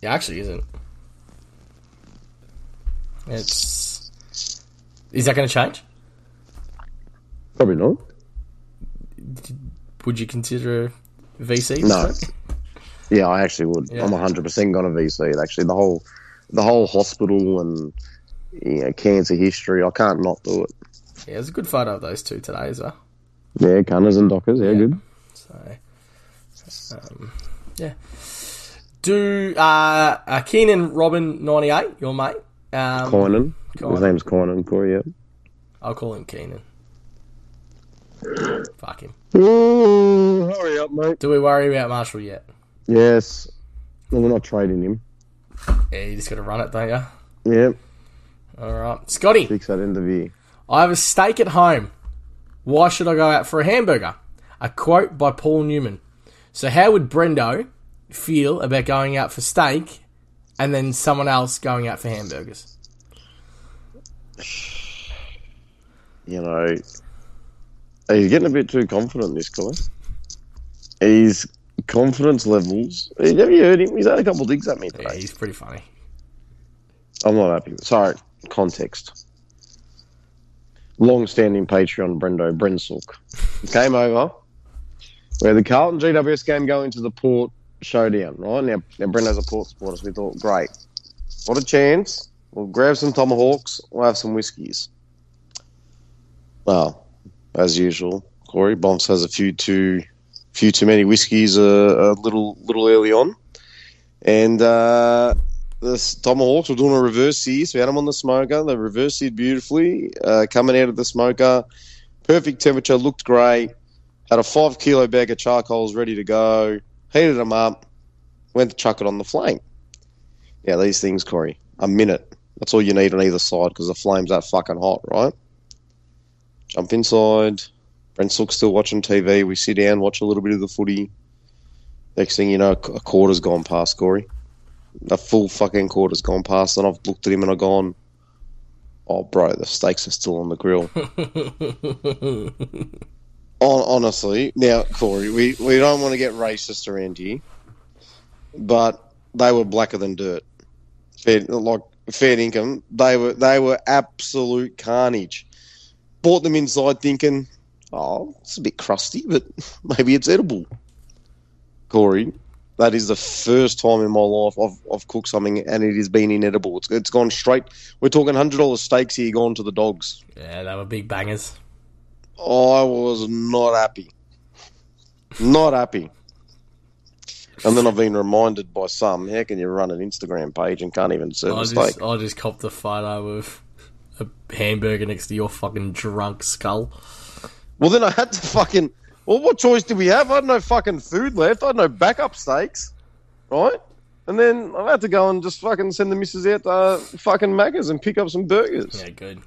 Speaker 1: Yeah, actually isn't. It's. Is that going to change?
Speaker 2: Probably not.
Speaker 1: Would you consider VC?
Speaker 2: No. Yeah, I actually would.
Speaker 1: Yeah.
Speaker 2: I'm 100% going to VC it. Actually, the whole, the whole hospital and you know, cancer history. I can't not do it.
Speaker 1: Yeah, it's a good photo of those two today as well.
Speaker 2: Yeah, Gunners and Dockers. Yeah, good.
Speaker 1: So, um, yeah. Do uh, uh Keenan Robin ninety eight, your mate? Um,
Speaker 2: Coinan. His
Speaker 1: Kynan.
Speaker 2: name's Coinan Corey. Yeah.
Speaker 1: I'll call him Keenan. Fuck him.
Speaker 2: Ooh, hurry up, mate.
Speaker 1: Do we worry about Marshall yet?
Speaker 2: Yes. Well, we're not trading him.
Speaker 1: Yeah, you just got to run it, don't you?
Speaker 2: Yep.
Speaker 1: All right, Scotty.
Speaker 2: Fix that interview.
Speaker 1: I have a steak at home. Why should I go out for a hamburger? A quote by Paul Newman. So, how would Brendo feel about going out for steak and then someone else going out for hamburgers?
Speaker 2: You know, he's getting a bit too confident. This guy. His confidence levels. Have you heard him? He's had a couple of digs at me today.
Speaker 1: Yeah, he's pretty funny.
Speaker 2: I'm not happy. with- Sorry, context. Long-standing Patreon Brendo Brensook came over. We had the Carlton GWS game going to the Port showdown. Right now, now Brendo's a Port supporter, so we thought, great, what a chance. We'll grab some tomahawks. We'll have some whiskies. Well, as usual, Corey Bomps has a few too, few too many whiskies a, a little little early on, and. Uh, the s- Tomahawks were doing a reverse sear, so we had them on the smoker. They reverse seared beautifully, uh, coming out of the smoker. Perfect temperature, looked great. Had a five kilo bag of charcoals ready to go. Heated them up, went to chuck it on the flame. Yeah, these things, Corey, a minute. That's all you need on either side because the flame's that fucking hot, right? Jump inside. Brent Sook's still watching TV. We sit down, watch a little bit of the footy. Next thing you know, a qu- a quarter's gone past, Corey the full fucking quarter's gone past, and I've looked at him and I've gone, "Oh, bro, the steaks are still on the grill." Hon- honestly, now Corey, we, we don't want to get racist around here, but they were blacker than dirt. Fair, like fair income, they were they were absolute carnage. Bought them inside thinking, "Oh, it's a bit crusty, but maybe it's edible." Corey, that is the first time in my life I've, I've cooked something and it has been inedible. It's, it's gone straight. We're talking hundred dollars steaks here, gone to the dogs.
Speaker 1: Yeah, they were big bangers.
Speaker 2: I was not happy, not happy. And then I've been reminded by some, how can you run an Instagram page and can't even serve
Speaker 1: I
Speaker 2: a
Speaker 1: just,
Speaker 2: steak?
Speaker 1: I just copped a photo of a hamburger next to your fucking drunk skull.
Speaker 2: Well, then I had to fucking. Well, what choice did we have? I had no fucking food left. I had no backup steaks, right? And then I had to go and just fucking send the missus out to uh, fucking Macca's and pick up some burgers.
Speaker 1: Yeah, good.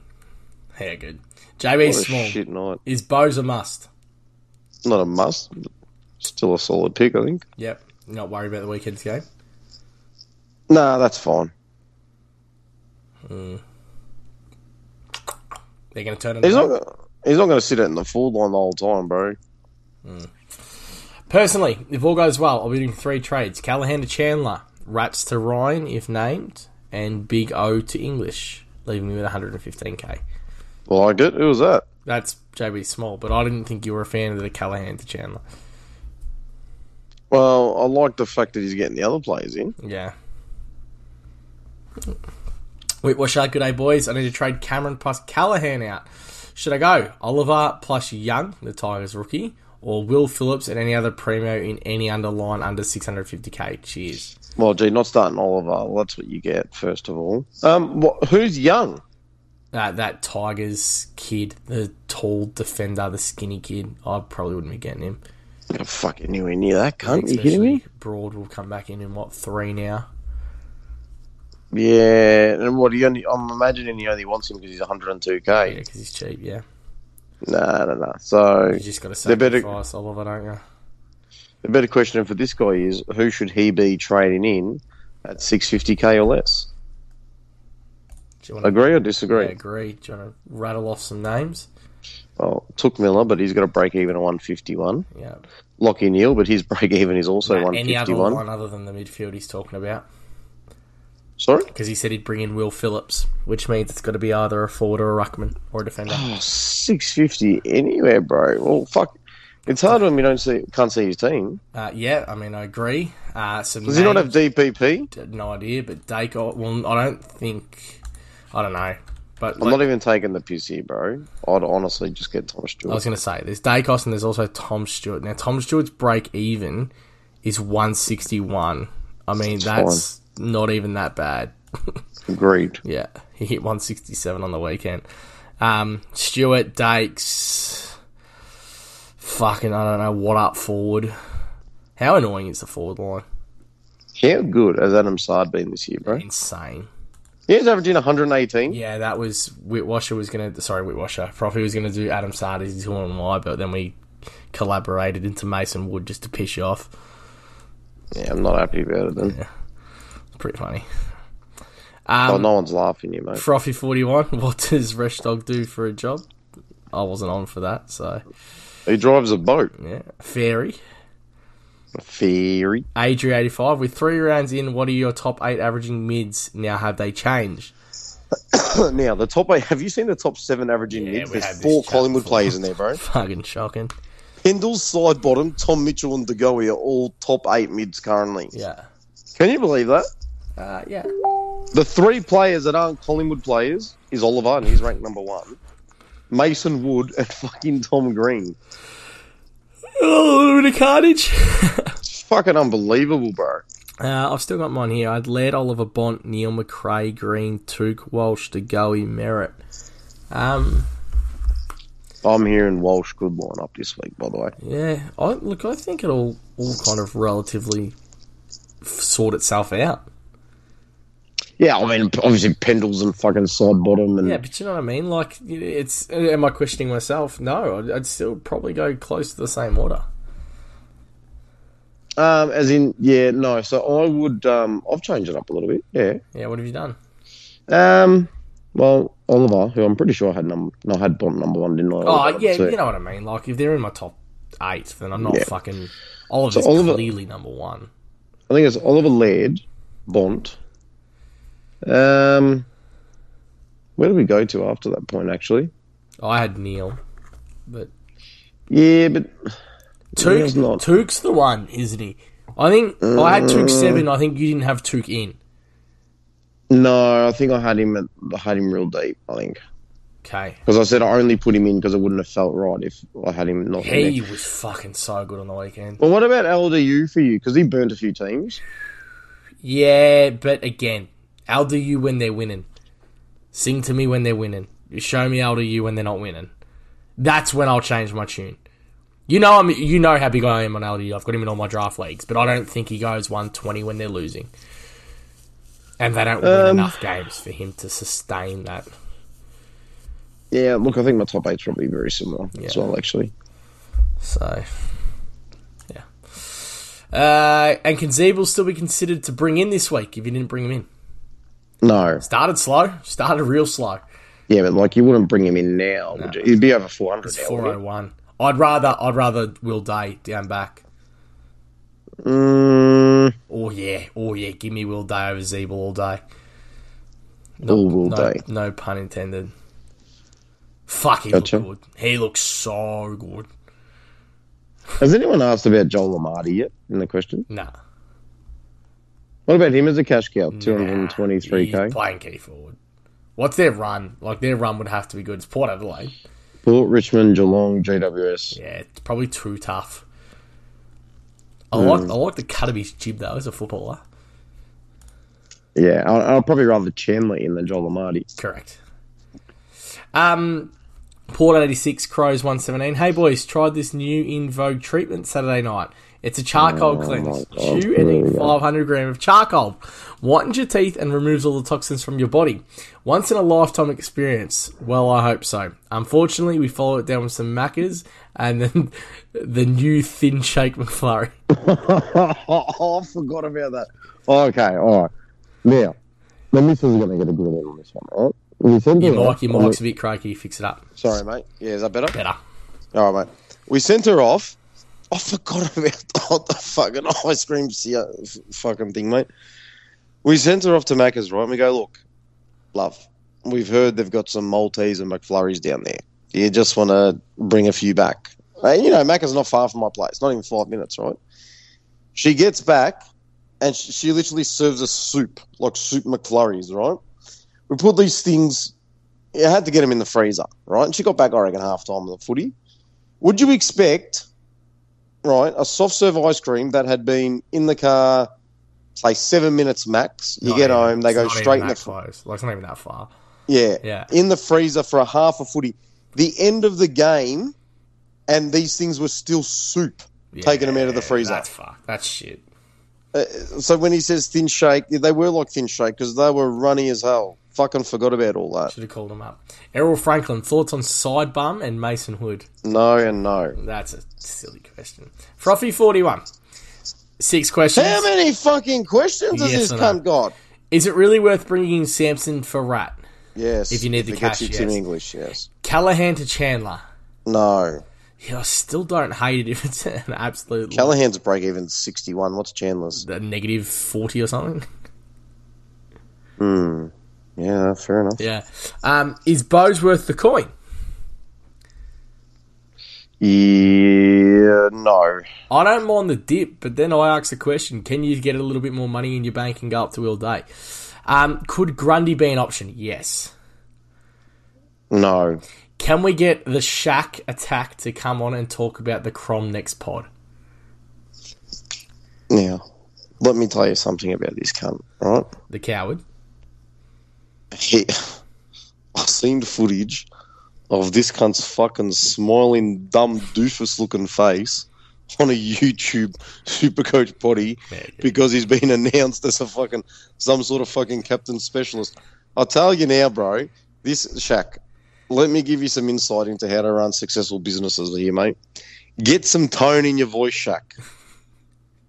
Speaker 1: Yeah, good. JB
Speaker 2: What a
Speaker 1: Small
Speaker 2: shit night.
Speaker 1: is Bo's a must.
Speaker 2: Not a must. but Still a solid pick, I think.
Speaker 1: Yep. Not worried about the weekend's game.
Speaker 2: Nah, that's fine.
Speaker 1: They're going to turn it.
Speaker 2: He's
Speaker 1: up.
Speaker 2: not. He's not going to sit it in the forward line the whole time, bro.
Speaker 1: Personally, if all goes well, I'll be doing three trades Callahan to Chandler, Rats to Ryan, if named, and Big O to English, leaving me with 115k.
Speaker 2: Like it? Who was that?
Speaker 1: That's JB Small, but I didn't think you were a fan of the Callahan to Chandler.
Speaker 2: Well, I like the fact that he's getting the other players in.
Speaker 1: Yeah. Wait, what's up? Good day, boys. I need to trade Cameron plus Callahan out. Should I go Oliver plus Young, the Tigers rookie, or Will Phillips and any other primo in any underline under 650k? Cheers.
Speaker 2: Well, gee, not starting Oliver. Well, that's what you get first of all. Um, what, who's young?
Speaker 1: Uh, that Tigers kid, the tall defender, the skinny kid, I probably wouldn't be getting him.
Speaker 2: I'm fuck anywhere near that cunt. You kidding me?
Speaker 1: Broad will come back in in what three now?
Speaker 2: Yeah. And what? He only, I'm imagining he only wants him because he's 102k.
Speaker 1: Yeah, because he's cheap. Yeah,
Speaker 2: No, no, no. So
Speaker 1: you just got to
Speaker 2: They're better-
Speaker 1: sacrifice Oliver, don't you?
Speaker 2: the better question for this guy is who should he be trading in at 650k or less?
Speaker 1: Do you want to
Speaker 2: Agree or disagree?
Speaker 1: agree? Do you want to rattle off some names?
Speaker 2: Oh, took Miller, but he's got a break even of 151.
Speaker 1: Yeah.
Speaker 2: Lockie Neal, but his break even is also
Speaker 1: Nah, any other
Speaker 2: 151.
Speaker 1: one other than the midfield he's talking about?
Speaker 2: Sorry?
Speaker 1: Because he said he'd bring in Will Phillips, which means it's got to be either a forward or a ruckman or a defender.
Speaker 2: Oh, 650 anywhere, bro. Well, fuck. It's hard when we don't see, can't see his team.
Speaker 1: Uh, yeah, I mean, I agree. Uh, some
Speaker 2: Does he not have
Speaker 1: names-
Speaker 2: DPP?
Speaker 1: no idea, but Dacre. Well, I don't think. I don't know, but
Speaker 2: I'm
Speaker 1: like-
Speaker 2: not even taking the piss here, bro. I'd honestly just get Thomas
Speaker 1: I was
Speaker 2: Stewart.
Speaker 1: going to say there's Dacos and there's also Tom Stewart. Now Tom Stewart's break even is 161. I mean, that's not even that bad.
Speaker 2: Agreed.
Speaker 1: Yeah, he hit 167 on the weekend. Um, Stewart, Dakes, fucking, I don't know, what up forward. How annoying is the forward line?
Speaker 2: How good has Adam Sard been this year, bro?
Speaker 1: Insane.
Speaker 2: Yeah, he's averaging 118.
Speaker 1: Yeah, that was Whitwasher was going to, sorry, Whitwasher, Profi was going to do Adam Sardes, he's on why, but then we collaborated into Mason Wood just to piss you off.
Speaker 2: Yeah, I'm not happy about it then.
Speaker 1: It's pretty funny.
Speaker 2: oh, no one's laughing you, mate.
Speaker 1: Froffy forty one. What does Resh Dog do for a job? I wasn't on for that, so
Speaker 2: He drives a boat.
Speaker 1: yeah. Fairy.
Speaker 2: Theory.
Speaker 1: Adri eighty five. With three rounds in, what are your top eight averaging mids now? Have they changed?
Speaker 2: now, the top eight. Have you seen the top seven averaging
Speaker 1: Yeah,
Speaker 2: mids?
Speaker 1: we had
Speaker 2: There's
Speaker 1: this
Speaker 2: four
Speaker 1: chat
Speaker 2: Collingwood
Speaker 1: before.
Speaker 2: players in there, bro.
Speaker 1: Fucking shocking.
Speaker 2: Pendle's side bottom, Tom Mitchell and DeGoey are all top eight mids currently.
Speaker 1: Yeah.
Speaker 2: Can you believe that?
Speaker 1: Uh, yeah.
Speaker 2: The three players that aren't Collingwood players is Oliver, and he's ranked number one. Mason Wood and fucking Tom Green.
Speaker 1: Oh, the carnage.
Speaker 2: It's fucking unbelievable, bro.
Speaker 1: uh, I've still got mine here. I'd led Oliver Bont, Neil McRae, Green, Took Walsh, DeGoey, Merritt. Um,
Speaker 2: I'm hearing Walsh good line up this week, by the way.
Speaker 1: yeah. I look. I think it'll all kind of relatively f- sort itself out.
Speaker 2: Yeah, I mean, obviously Pendle's and fucking side bottom, and
Speaker 1: Yeah, but you know what I mean. Like, it's am I questioning myself? No, I'd, I'd still probably go close to the same order.
Speaker 2: um, as in, yeah, no. So I would, um, I've changed it up a little bit. Yeah.
Speaker 1: Yeah, what have you done?
Speaker 2: Um, well, Oliver, who I'm pretty sure I had number, no, I had Bond number one, didn't I?
Speaker 1: Oh,
Speaker 2: Oliver number
Speaker 1: yeah,
Speaker 2: two.
Speaker 1: you know what I mean. Like, if they're in my top eight, then I'm not
Speaker 2: Yeah.
Speaker 1: fucking. Oliver's
Speaker 2: So Oliver-
Speaker 1: clearly number one.
Speaker 2: I think it's Oliver Laird, Bond. Um, where do we go to after that point? Actually,
Speaker 1: I had Neil, but
Speaker 2: yeah, but
Speaker 1: Took
Speaker 2: Neil's not.
Speaker 1: Took's the one, isn't he? I think I had Took seven. I think you didn't have Took in.
Speaker 2: no, I think I had him at I had him real deep. I think
Speaker 1: Okay,
Speaker 2: because I said I only put him in because it wouldn't have felt right if I had him not. in
Speaker 1: he
Speaker 2: there.
Speaker 1: was fucking so good on the weekend.
Speaker 2: But what about LDU for you? Because he burnt a few teams.
Speaker 1: Yeah, but again, I'll do you when they're winning. Sing to me when they're winning. You Show me I'll do you when they're not winning. That's when I'll change my tune. You know I'm you know how big I am on LDU. I've got him in all my draft leagues, but I don't think he goes 120 when they're losing. And they don't win
Speaker 2: Um,
Speaker 1: enough games for him to sustain that.
Speaker 2: Yeah, look, I think my top eight's probably very similar as
Speaker 1: Yeah.
Speaker 2: well. Actually,
Speaker 1: So, yeah. Uh, and can Zeeble still be considered to bring in this week if you didn't bring him in?
Speaker 2: no,
Speaker 1: Started slow, started real slow.
Speaker 2: Yeah, but like you wouldn't bring him in now, would you? He'd be over four hundred.
Speaker 1: It's four oh one. I'd rather I'd rather Will Day down back.
Speaker 2: Mm,
Speaker 1: Oh yeah, oh yeah. Give me Will Day over Zeeble all day.
Speaker 2: Ooh, Will
Speaker 1: no,
Speaker 2: Day.
Speaker 1: No pun intended. Fuck, he
Speaker 2: Gotcha.
Speaker 1: looked good. He looks so good.
Speaker 2: has anyone asked about Joel Amati yet in the question?
Speaker 1: Nah.
Speaker 2: What about him as a cash cow? Two hundred
Speaker 1: nah,
Speaker 2: and twenty-three k.
Speaker 1: He's playing key forward. What's their run? Like their run would have to be good. It's Port Adelaide.
Speaker 2: Port Richmond, Geelong, GWS.
Speaker 1: Yeah, it's probably too tough. I
Speaker 2: Hmm.
Speaker 1: like I like the cut of his jib though as a footballer.
Speaker 2: Yeah, I'll, I'll probably rather Chandler in than Joel Amati.
Speaker 1: Correct. Um, Port eighty six, Crows one seventeen. Hey boys, tried this new in vogue treatment Saturday night. It's a charcoal cleanse.
Speaker 2: Oh, my God.
Speaker 1: Chew and eat five hundred gram of charcoal. Whitens your teeth and removes all the toxins from your body. Once in a lifetime experience. Well, I hope so. Unfortunately, we follow it down with some macas and then the new thin shake McFlurry.
Speaker 2: oh, I forgot about that. Okay, all right. Now, the missus is going to get a good in on this one, all right? We sent
Speaker 1: Your
Speaker 2: her
Speaker 1: mic, your
Speaker 2: on
Speaker 1: mic's
Speaker 2: the-
Speaker 1: a bit croaky. Fix it up.
Speaker 2: Sorry, mate. Yeah, is that better?
Speaker 1: Better.
Speaker 2: All right, mate. We sent her off. I forgot about oh, the fucking ice cream se- f- fucking thing, mate. We sent her off to Macca's, right? And we go, look, love, we've heard they've got some Maltese and McFlurries down there. Do You just want to bring a few back. And, you know, Macca's not far from my place, not even five minutes, right? She gets back and she, she literally serves us soup, like soup McFlurries, right? We put these things, I had to get them in the freezer, right? And she got back, I reckon, half time of the footy would you expect, right, a soft serve ice cream that had been in the car, say seven minutes max? You
Speaker 1: Not
Speaker 2: get
Speaker 1: even-
Speaker 2: home, they
Speaker 1: it's
Speaker 2: go
Speaker 1: not even
Speaker 2: straight in the
Speaker 1: that close. Like it's not even that far.
Speaker 2: yeah,
Speaker 1: Yeah.
Speaker 2: in the freezer for a half a footy. The end of the game, and these things were still soup. Taking 'em out of the
Speaker 1: Yeah,
Speaker 2: freezer.
Speaker 1: That's fucked. That's shit.
Speaker 2: Uh, so when he says thin shake, they were like thin shake because they were runny as hell. Fucking forgot about all that.
Speaker 1: Should have called him up. Errol Franklin, thoughts on Sidebum and Mason Hood?
Speaker 2: No and no.
Speaker 1: That's a silly question. Froffy41. Six questions.
Speaker 2: How many fucking questions has
Speaker 1: Yes
Speaker 2: this
Speaker 1: or no?
Speaker 2: cunt got?
Speaker 1: Is it really worth bringing in Samson for Rat?
Speaker 2: Yes.
Speaker 1: If you need the
Speaker 2: it gets
Speaker 1: cash,
Speaker 2: you Tim
Speaker 1: yes.
Speaker 2: English, yes.
Speaker 1: Callahan to Chandler.
Speaker 2: No.
Speaker 1: Yeah, I still don't hate it if it's an absolute
Speaker 2: Callahan's break even sixty one. What's Chandler's?
Speaker 1: a negative 40 or something.
Speaker 2: Hmm. Yeah, fair enough.
Speaker 1: Yeah. Um, is Bose worth the coin?
Speaker 2: Yeah, no.
Speaker 1: I don't mind the dip, but then I ask the question: Can you get a little bit more money in your bank and go up to all day? Um, could Grundy be an option? Yes.
Speaker 2: No.
Speaker 1: Can we get the Shack attack to come on and talk about the Crom next pod?
Speaker 2: Now, let me tell you something about this cunt, right?
Speaker 1: The coward.
Speaker 2: He, I've seen the footage of this cunt's fucking smiling, dumb, doofus looking face on a YouTube Supercoach potty because he's been announced as a fucking, some sort of fucking captain specialist. I'll tell you now, bro, this, Shaq, let me give you some insight into how to run successful businesses here, mate. Get some tone in your voice, Shaq.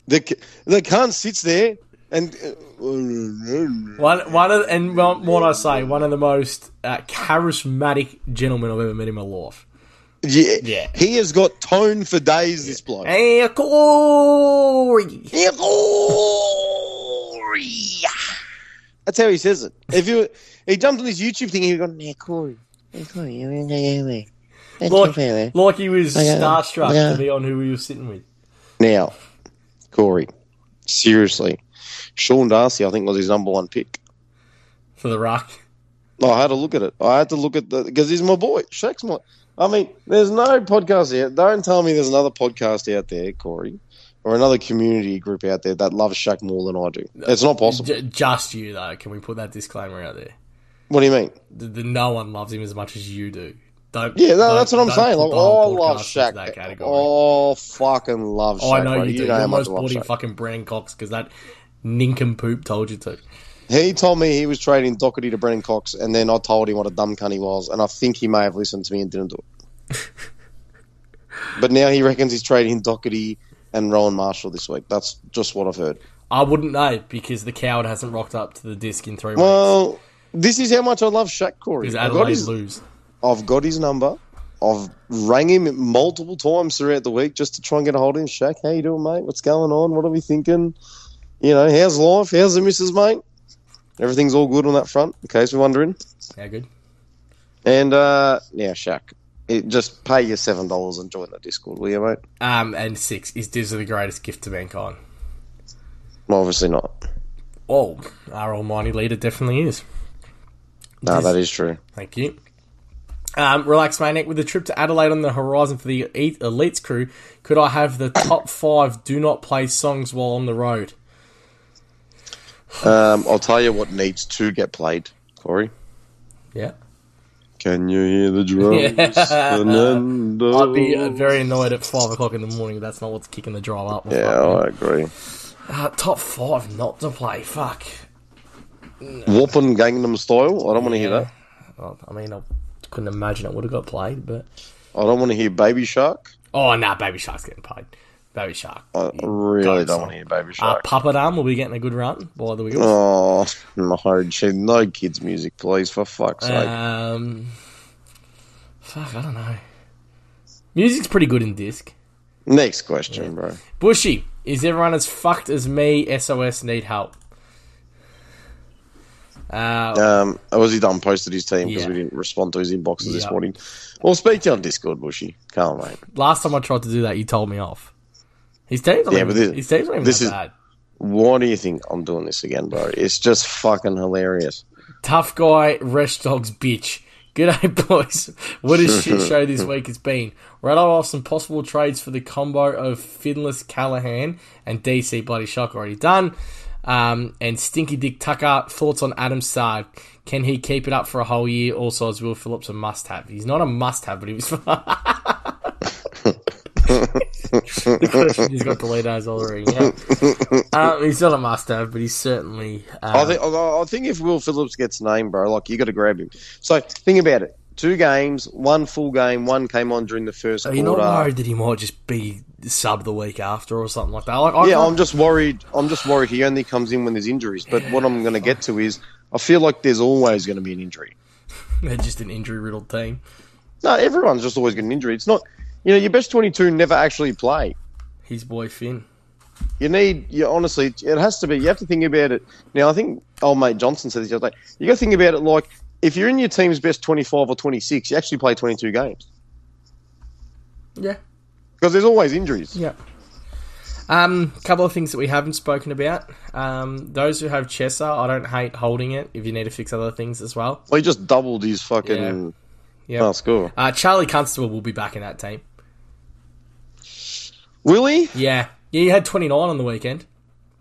Speaker 2: The, c- the cunt sits there and. uh,
Speaker 1: One, one of, and one- what I say, one of the most uh, charismatic gentlemen I've ever met in my life.
Speaker 2: Yeah.
Speaker 1: Yeah.
Speaker 2: He has got tone for days, this bloke.
Speaker 1: Hey, Corey.
Speaker 2: Yeah, Corey. That's how he says it. If you he jumped on this YouTube thing, he gone, yeah, Corey.
Speaker 3: Hey, Corey, you wanna go your way? Let's go
Speaker 1: Like,
Speaker 3: your way.
Speaker 1: like he was
Speaker 3: Yeah.
Speaker 1: starstruck
Speaker 3: Yeah.
Speaker 1: to be on who he was sitting with.
Speaker 2: Now, Corey, seriously, Sean Darcy, I think, was his number one pick.
Speaker 1: For the rock.
Speaker 2: I had to look at it. I had to look at the because he's my boy. Shaq's my. I mean, there's no podcast out. Don't tell me there's another podcast out there, Corey, or another community group out there that loves Shaq more than I do. It's not possible.
Speaker 1: J- just you, though. Can we put that disclaimer out there?
Speaker 2: What do you mean?
Speaker 1: The, the, no one loves him as much as you do. Don't,
Speaker 2: Yeah, no,
Speaker 1: don't-
Speaker 2: that's what I'm
Speaker 1: don't
Speaker 2: saying.
Speaker 1: put
Speaker 2: Like,
Speaker 1: the whole
Speaker 2: oh, I love
Speaker 1: podcast into
Speaker 2: Shaq.
Speaker 1: That category.
Speaker 2: Oh, fucking love
Speaker 1: Oh,
Speaker 2: Shaq.
Speaker 1: I know
Speaker 2: bro.
Speaker 1: you do. You
Speaker 2: how
Speaker 1: almost
Speaker 2: much I love
Speaker 1: bought him
Speaker 2: Shaq.
Speaker 1: fucking Brand Cox because that nincompoop told you to.
Speaker 2: He told me he was trading Doherty to Brennan Cox, and then I told him what a dumb cunt he was, and I think he may have listened to me and didn't do it. but now he reckons he's trading Doherty and Rowan Marshall this week. That's just what I've heard.
Speaker 1: I wouldn't know because the coward hasn't rocked up to the disc in three weeks.
Speaker 2: Well, This is how much I love Shaq Corey.
Speaker 1: Because
Speaker 2: I've got,
Speaker 1: Adelaide
Speaker 2: his,
Speaker 1: lose.
Speaker 2: I've got his number. I've rang him multiple times throughout the week just to try and get a hold of him. Shaq, how you doing, mate? What's going on? What are we thinking? You know, how's life? How's the missus, mate? Everything's all good on that front, in case you're wondering.
Speaker 1: Yeah, good.
Speaker 2: And uh, yeah, Shaq, it, just pay your seven dollars and join the Discord, will you, mate?
Speaker 1: Um, and six is Divs are the greatest gift to mankind.
Speaker 2: Well, obviously not.
Speaker 1: Oh, our almighty leader definitely is.
Speaker 2: No,
Speaker 1: Yes.
Speaker 2: that is true.
Speaker 1: Thank you. Um, relax, Maniac. With a trip to Adelaide on the horizon for the E- Elites crew, could I have the top five do not play songs while on the road?
Speaker 2: Um, I'll tell you what needs to get played, Corey.
Speaker 1: Yeah.
Speaker 2: Can you hear the drums?
Speaker 1: Yeah.
Speaker 2: Fernando?
Speaker 1: I'd be uh, very annoyed at 5 o'clock in the morning if that's not what's kicking the drive up.
Speaker 2: Yeah, I agree.
Speaker 1: uh, top 5 not to play. Fuck.
Speaker 2: Whopping Gangnam Style. I don't want to hear
Speaker 1: Yeah.
Speaker 2: that.
Speaker 1: Well, I mean, I couldn't imagine it would have got played, but.
Speaker 2: I don't want to hear Baby Shark.
Speaker 1: Oh, nah, Baby Shark's getting played. Baby Shark.
Speaker 2: I really
Speaker 1: Don't
Speaker 2: don't
Speaker 1: song.
Speaker 2: want to hear Baby
Speaker 1: Uh,
Speaker 2: Shark.
Speaker 1: Puppet Arm will be getting a good run by the Wiggles.
Speaker 2: Oh, no, gee, no kids' music, please, for fuck's sake.
Speaker 1: Um, fuck, I don't know. Music's pretty good in disc.
Speaker 2: Next question, bro.
Speaker 1: Bushy, is everyone as fucked as me? SOS need help. Uh,
Speaker 2: Um, was he done? Posted his team because
Speaker 1: Yeah.
Speaker 2: we didn't respond to his inboxes this
Speaker 1: Yeah.
Speaker 2: morning. We'll speak to you on Discord, Bushy. Come on, mate.
Speaker 1: last time I tried to do that, you told me off. His team's not
Speaker 2: Yeah,
Speaker 1: even,
Speaker 2: but this-
Speaker 1: his team's not even
Speaker 2: this
Speaker 1: that
Speaker 2: is-
Speaker 1: bad.
Speaker 2: Why do you think I'm doing this again, bro? It's just fucking hilarious.
Speaker 1: Tough guy, Resh Dogs bitch. G'day, boys. What a shit show this week has been. Rattle off some possible trades for the combo of Finless Callahan and DC Bloody Shock already done. Um, and Stinky Dick Tucker, thoughts on Adam Sard. Can he keep it up for a whole year? Also, is Will Phillips a must have? He's not a must have, but he was. the question he's got the lead as already. Yeah. Um, he's not a must have, but he's certainly. Uh,
Speaker 2: I think I I think if Will Phillips gets named, bro, like you got to grab him. So think about it: two games, one full game, one came on during the first
Speaker 1: Are you
Speaker 2: quarter.
Speaker 1: not worried that he might just be sub the week after or something like that? Like, I
Speaker 2: yeah,
Speaker 1: can't-
Speaker 2: I'm just worried. I'm just worried he only comes in when there's injuries. But what I'm going to get to is, I feel like there's always going to be an injury.
Speaker 1: they're just an injury riddled team.
Speaker 2: No, everyone's just always got an injury. It's not, you know, your best 22 never actually play.
Speaker 1: His boy Finn.
Speaker 2: You need, you honestly, it has to be. You have to think about it. Now, I think old mate Johnson said this the other day. You got to think about it like if you're in your team's best 25 or 26, you actually play 22 games
Speaker 1: Yeah,
Speaker 2: because there's always injuries.
Speaker 1: yeah. Um, couple of things that we haven't spoken about. Um, those who have Chesser, I don't hate holding it if you need to fix other things as well.
Speaker 2: Well, he just doubled his fucking
Speaker 1: Yeah.
Speaker 2: last score.
Speaker 1: Uh, Charlie Constable will be back in that team.
Speaker 2: Really?
Speaker 1: Yeah, yeah. He had 29 on the weekend.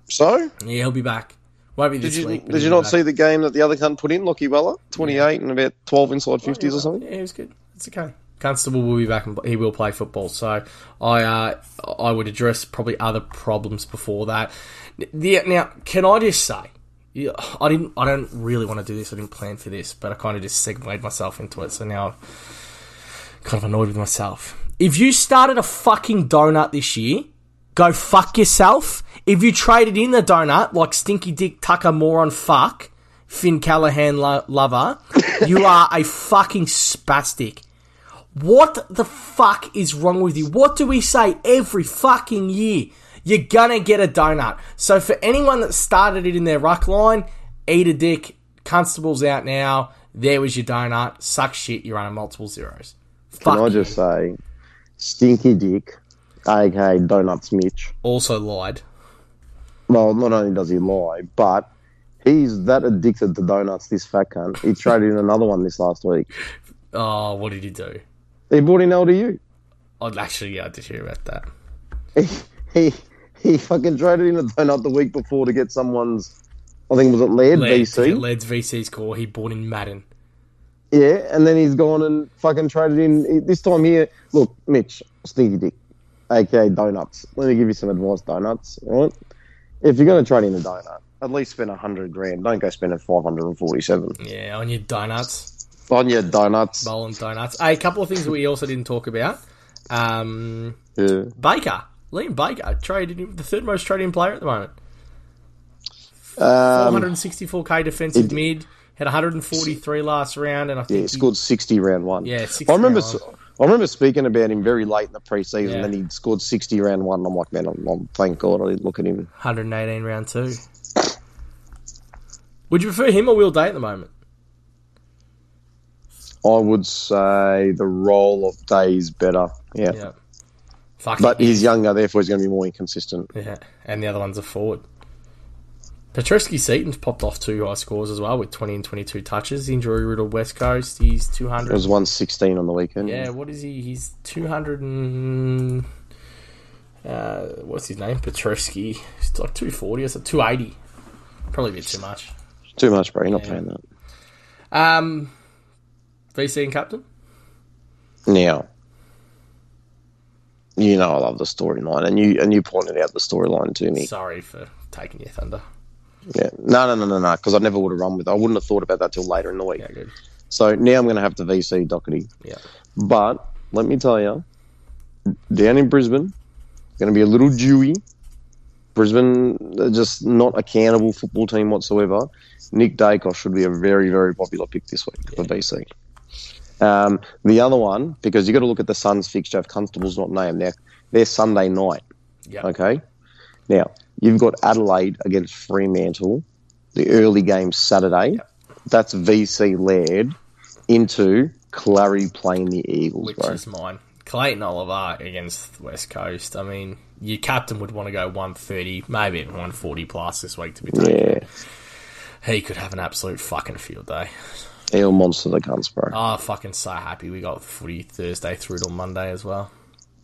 Speaker 2: So
Speaker 1: Yeah, he'll be back. Won't be
Speaker 2: did
Speaker 1: this
Speaker 2: you
Speaker 1: week. but
Speaker 2: did you
Speaker 1: he'll
Speaker 2: not
Speaker 1: be
Speaker 2: see the game that the other cunt put in? Lockie Weller, 28 and about 12 inside 50s or something.
Speaker 1: back. Yeah, it was good. It's okay. Constable will be back and he will play football. So I uh, I would address probably other problems before that. The, now, can I just say, yeah, I didn't I don't really want to do this. I didn't plan for this, but I kind of just segued myself into it. So now I'm kind of annoyed with myself. If you started a fucking donut this year, go fuck yourself. If you traded in the donut like Stinky Dick Tucker moron fuck Finn Callahan lo- lover, you are a fucking spastic. What the fuck is wrong with you? What do we say every fucking year? You're gonna get a donut. So for anyone that started it in their ruck line, eat a dick. Constable's out now. There was your donut. Suck shit. You're on multiple zeros. Fuck.
Speaker 2: Can I
Speaker 1: you.
Speaker 2: just say, Stinky Dick, aka Donuts Mitch.
Speaker 1: also lied.
Speaker 2: Well, not only does he lie, but he's that addicted to donuts. This fat cunt. He traded in another one this last week.
Speaker 1: Oh, what did he do?
Speaker 2: He bought in LDU.
Speaker 1: Oh, actually, yeah, I did hear about that.
Speaker 2: He he, he fucking traded in a donut the week before to get someone's. I think was it Laird, VC.
Speaker 1: Led's VC's core. He bought in Madden.
Speaker 2: Yeah, and then he's gone and fucking traded in. This time here, look, Mitch, Stinky Dick, aka Donuts. Let me give you some advice, Donuts. Right? If you're going to trade in a donut, at least spend a hundred grand. Don't go spending five hundred and forty-seven
Speaker 1: Yeah, on your donuts.
Speaker 2: on your donuts.
Speaker 1: Bowl and donuts. A couple of things that we also didn't talk about. Um,
Speaker 2: Yeah.
Speaker 1: Baker, Liam Baker, traded in- the third most traded in player at the moment.
Speaker 2: Um,
Speaker 1: 164k defensive mid, Had 143 last round, and I
Speaker 2: Yeah,
Speaker 1: think
Speaker 2: he
Speaker 1: he-
Speaker 2: scored sixty round one.
Speaker 1: Yeah, 60
Speaker 2: I remember.
Speaker 1: round
Speaker 2: s- I remember speaking about him very late in the preseason,
Speaker 1: Yeah.
Speaker 2: and then he scored sixty round one. I'm like, man, I'm, I'm, thank God I didn't look at him.
Speaker 1: 118 round two. Would you prefer him or Will Day at the moment?
Speaker 2: I would say the role of Day is better. Yeah.
Speaker 1: Yeah. Fuck.
Speaker 2: But he's younger, therefore he's going to be more inconsistent.
Speaker 1: yeah, and the other one's a forward. Petreski Seaton's popped off two high scores as well with 20 and 22 touches. Injury riddled West Coast. He's
Speaker 2: It
Speaker 1: 200.
Speaker 2: was 116 on the weekend.
Speaker 1: Yeah, what is he? He's 200 and. Uh, what's his name? Petreski. He's like 240 or so, 280. Probably a bit too much.
Speaker 2: Too much, bro. You're not
Speaker 1: Yeah.
Speaker 2: playing that.
Speaker 1: Um, VC and captain?
Speaker 2: Now, you know I love the storyline, and you and you pointed out the storyline to me.
Speaker 1: Sorry for taking your thunder.
Speaker 2: Yeah. No, no, no, no, no. Because I never would have run with. it. I wouldn't have thought about that till later in the week.
Speaker 1: Yeah, good.
Speaker 2: So now I'm going to have to VC Doherty.
Speaker 1: Yeah.
Speaker 2: But let me tell you, down in Brisbane, it's going to be a little dewy. Brisbane, they're just not a cannibal football team whatsoever. Nick Dacos should be a very, very popular pick this week for VC. Um, the other one, because you've got to look at the Suns fixture if Constable's not named. Now, they're Sunday night,
Speaker 1: Yeah.
Speaker 2: okay? Now, you've got Adelaide against Fremantle, the early game Saturday. That's VC led into Clary playing the Eagles,
Speaker 1: Which
Speaker 2: bro.
Speaker 1: is mine. Clayton Oliver against West Coast. I mean, your captain would want to go 130, maybe even 140 plus this week to be taken.
Speaker 2: Yeah,
Speaker 1: He could have an absolute fucking field day.
Speaker 2: he'll monster the cunts, bro.
Speaker 1: Oh, fucking so happy we got footy Thursday through till Monday as well.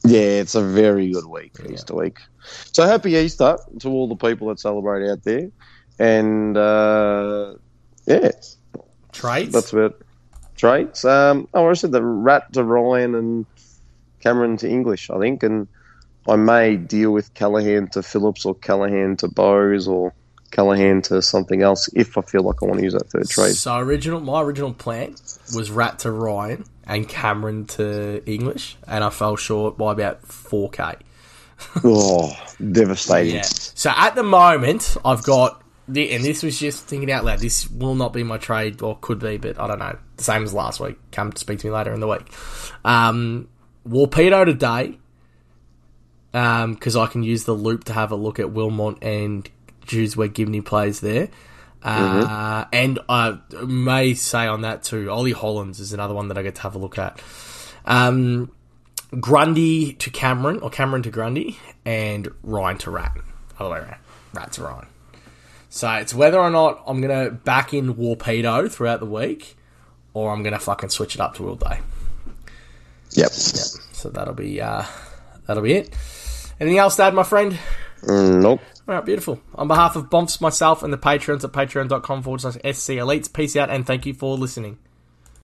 Speaker 2: Yeah, it's a very good week, Easter week. So happy Easter to all the people that celebrate out there. And uh, yeah,
Speaker 1: Trades?
Speaker 2: that's about traits. Um, oh, I said the rat to Ryan and Cameron to English, I think. And I may deal with Callahan to Phillips or Callahan to Bowes or Callahan to something else if I feel like I want to use that third trade.
Speaker 1: So original, my original plan was Rat to Ryan and Cameron to English, and I fell short by about 4k.
Speaker 2: oh, devastating.
Speaker 1: Yeah. So at the moment, I've got the, and this was just thinking out loud. This will not be my trade, or could be, but I don't know. Same as last week. Come speak to me later in the week. Um, Warpedo today, because I can use the loop to have a look at Wilmont and Jews where Gibney plays there. Uh, And I may say on that too, Ollie Hollands is another one that I get to have a look at. Um, Grundy to Cameron, or Cameron to Grundy, and Ryan to Rat. Other way around. Rat to Ryan. So it's whether or not I'm going to back in Warpedo throughout the week, or I'm going to fucking switch it up to Will Day.
Speaker 2: Yep.
Speaker 1: So that'll be uh, that'll be it. Anything else to add, my friend?
Speaker 2: Mm, nope.
Speaker 1: All right, beautiful. On behalf of Bomps, myself, and the patrons at patreon.com forward slash SC Elites, peace out and thank you for listening.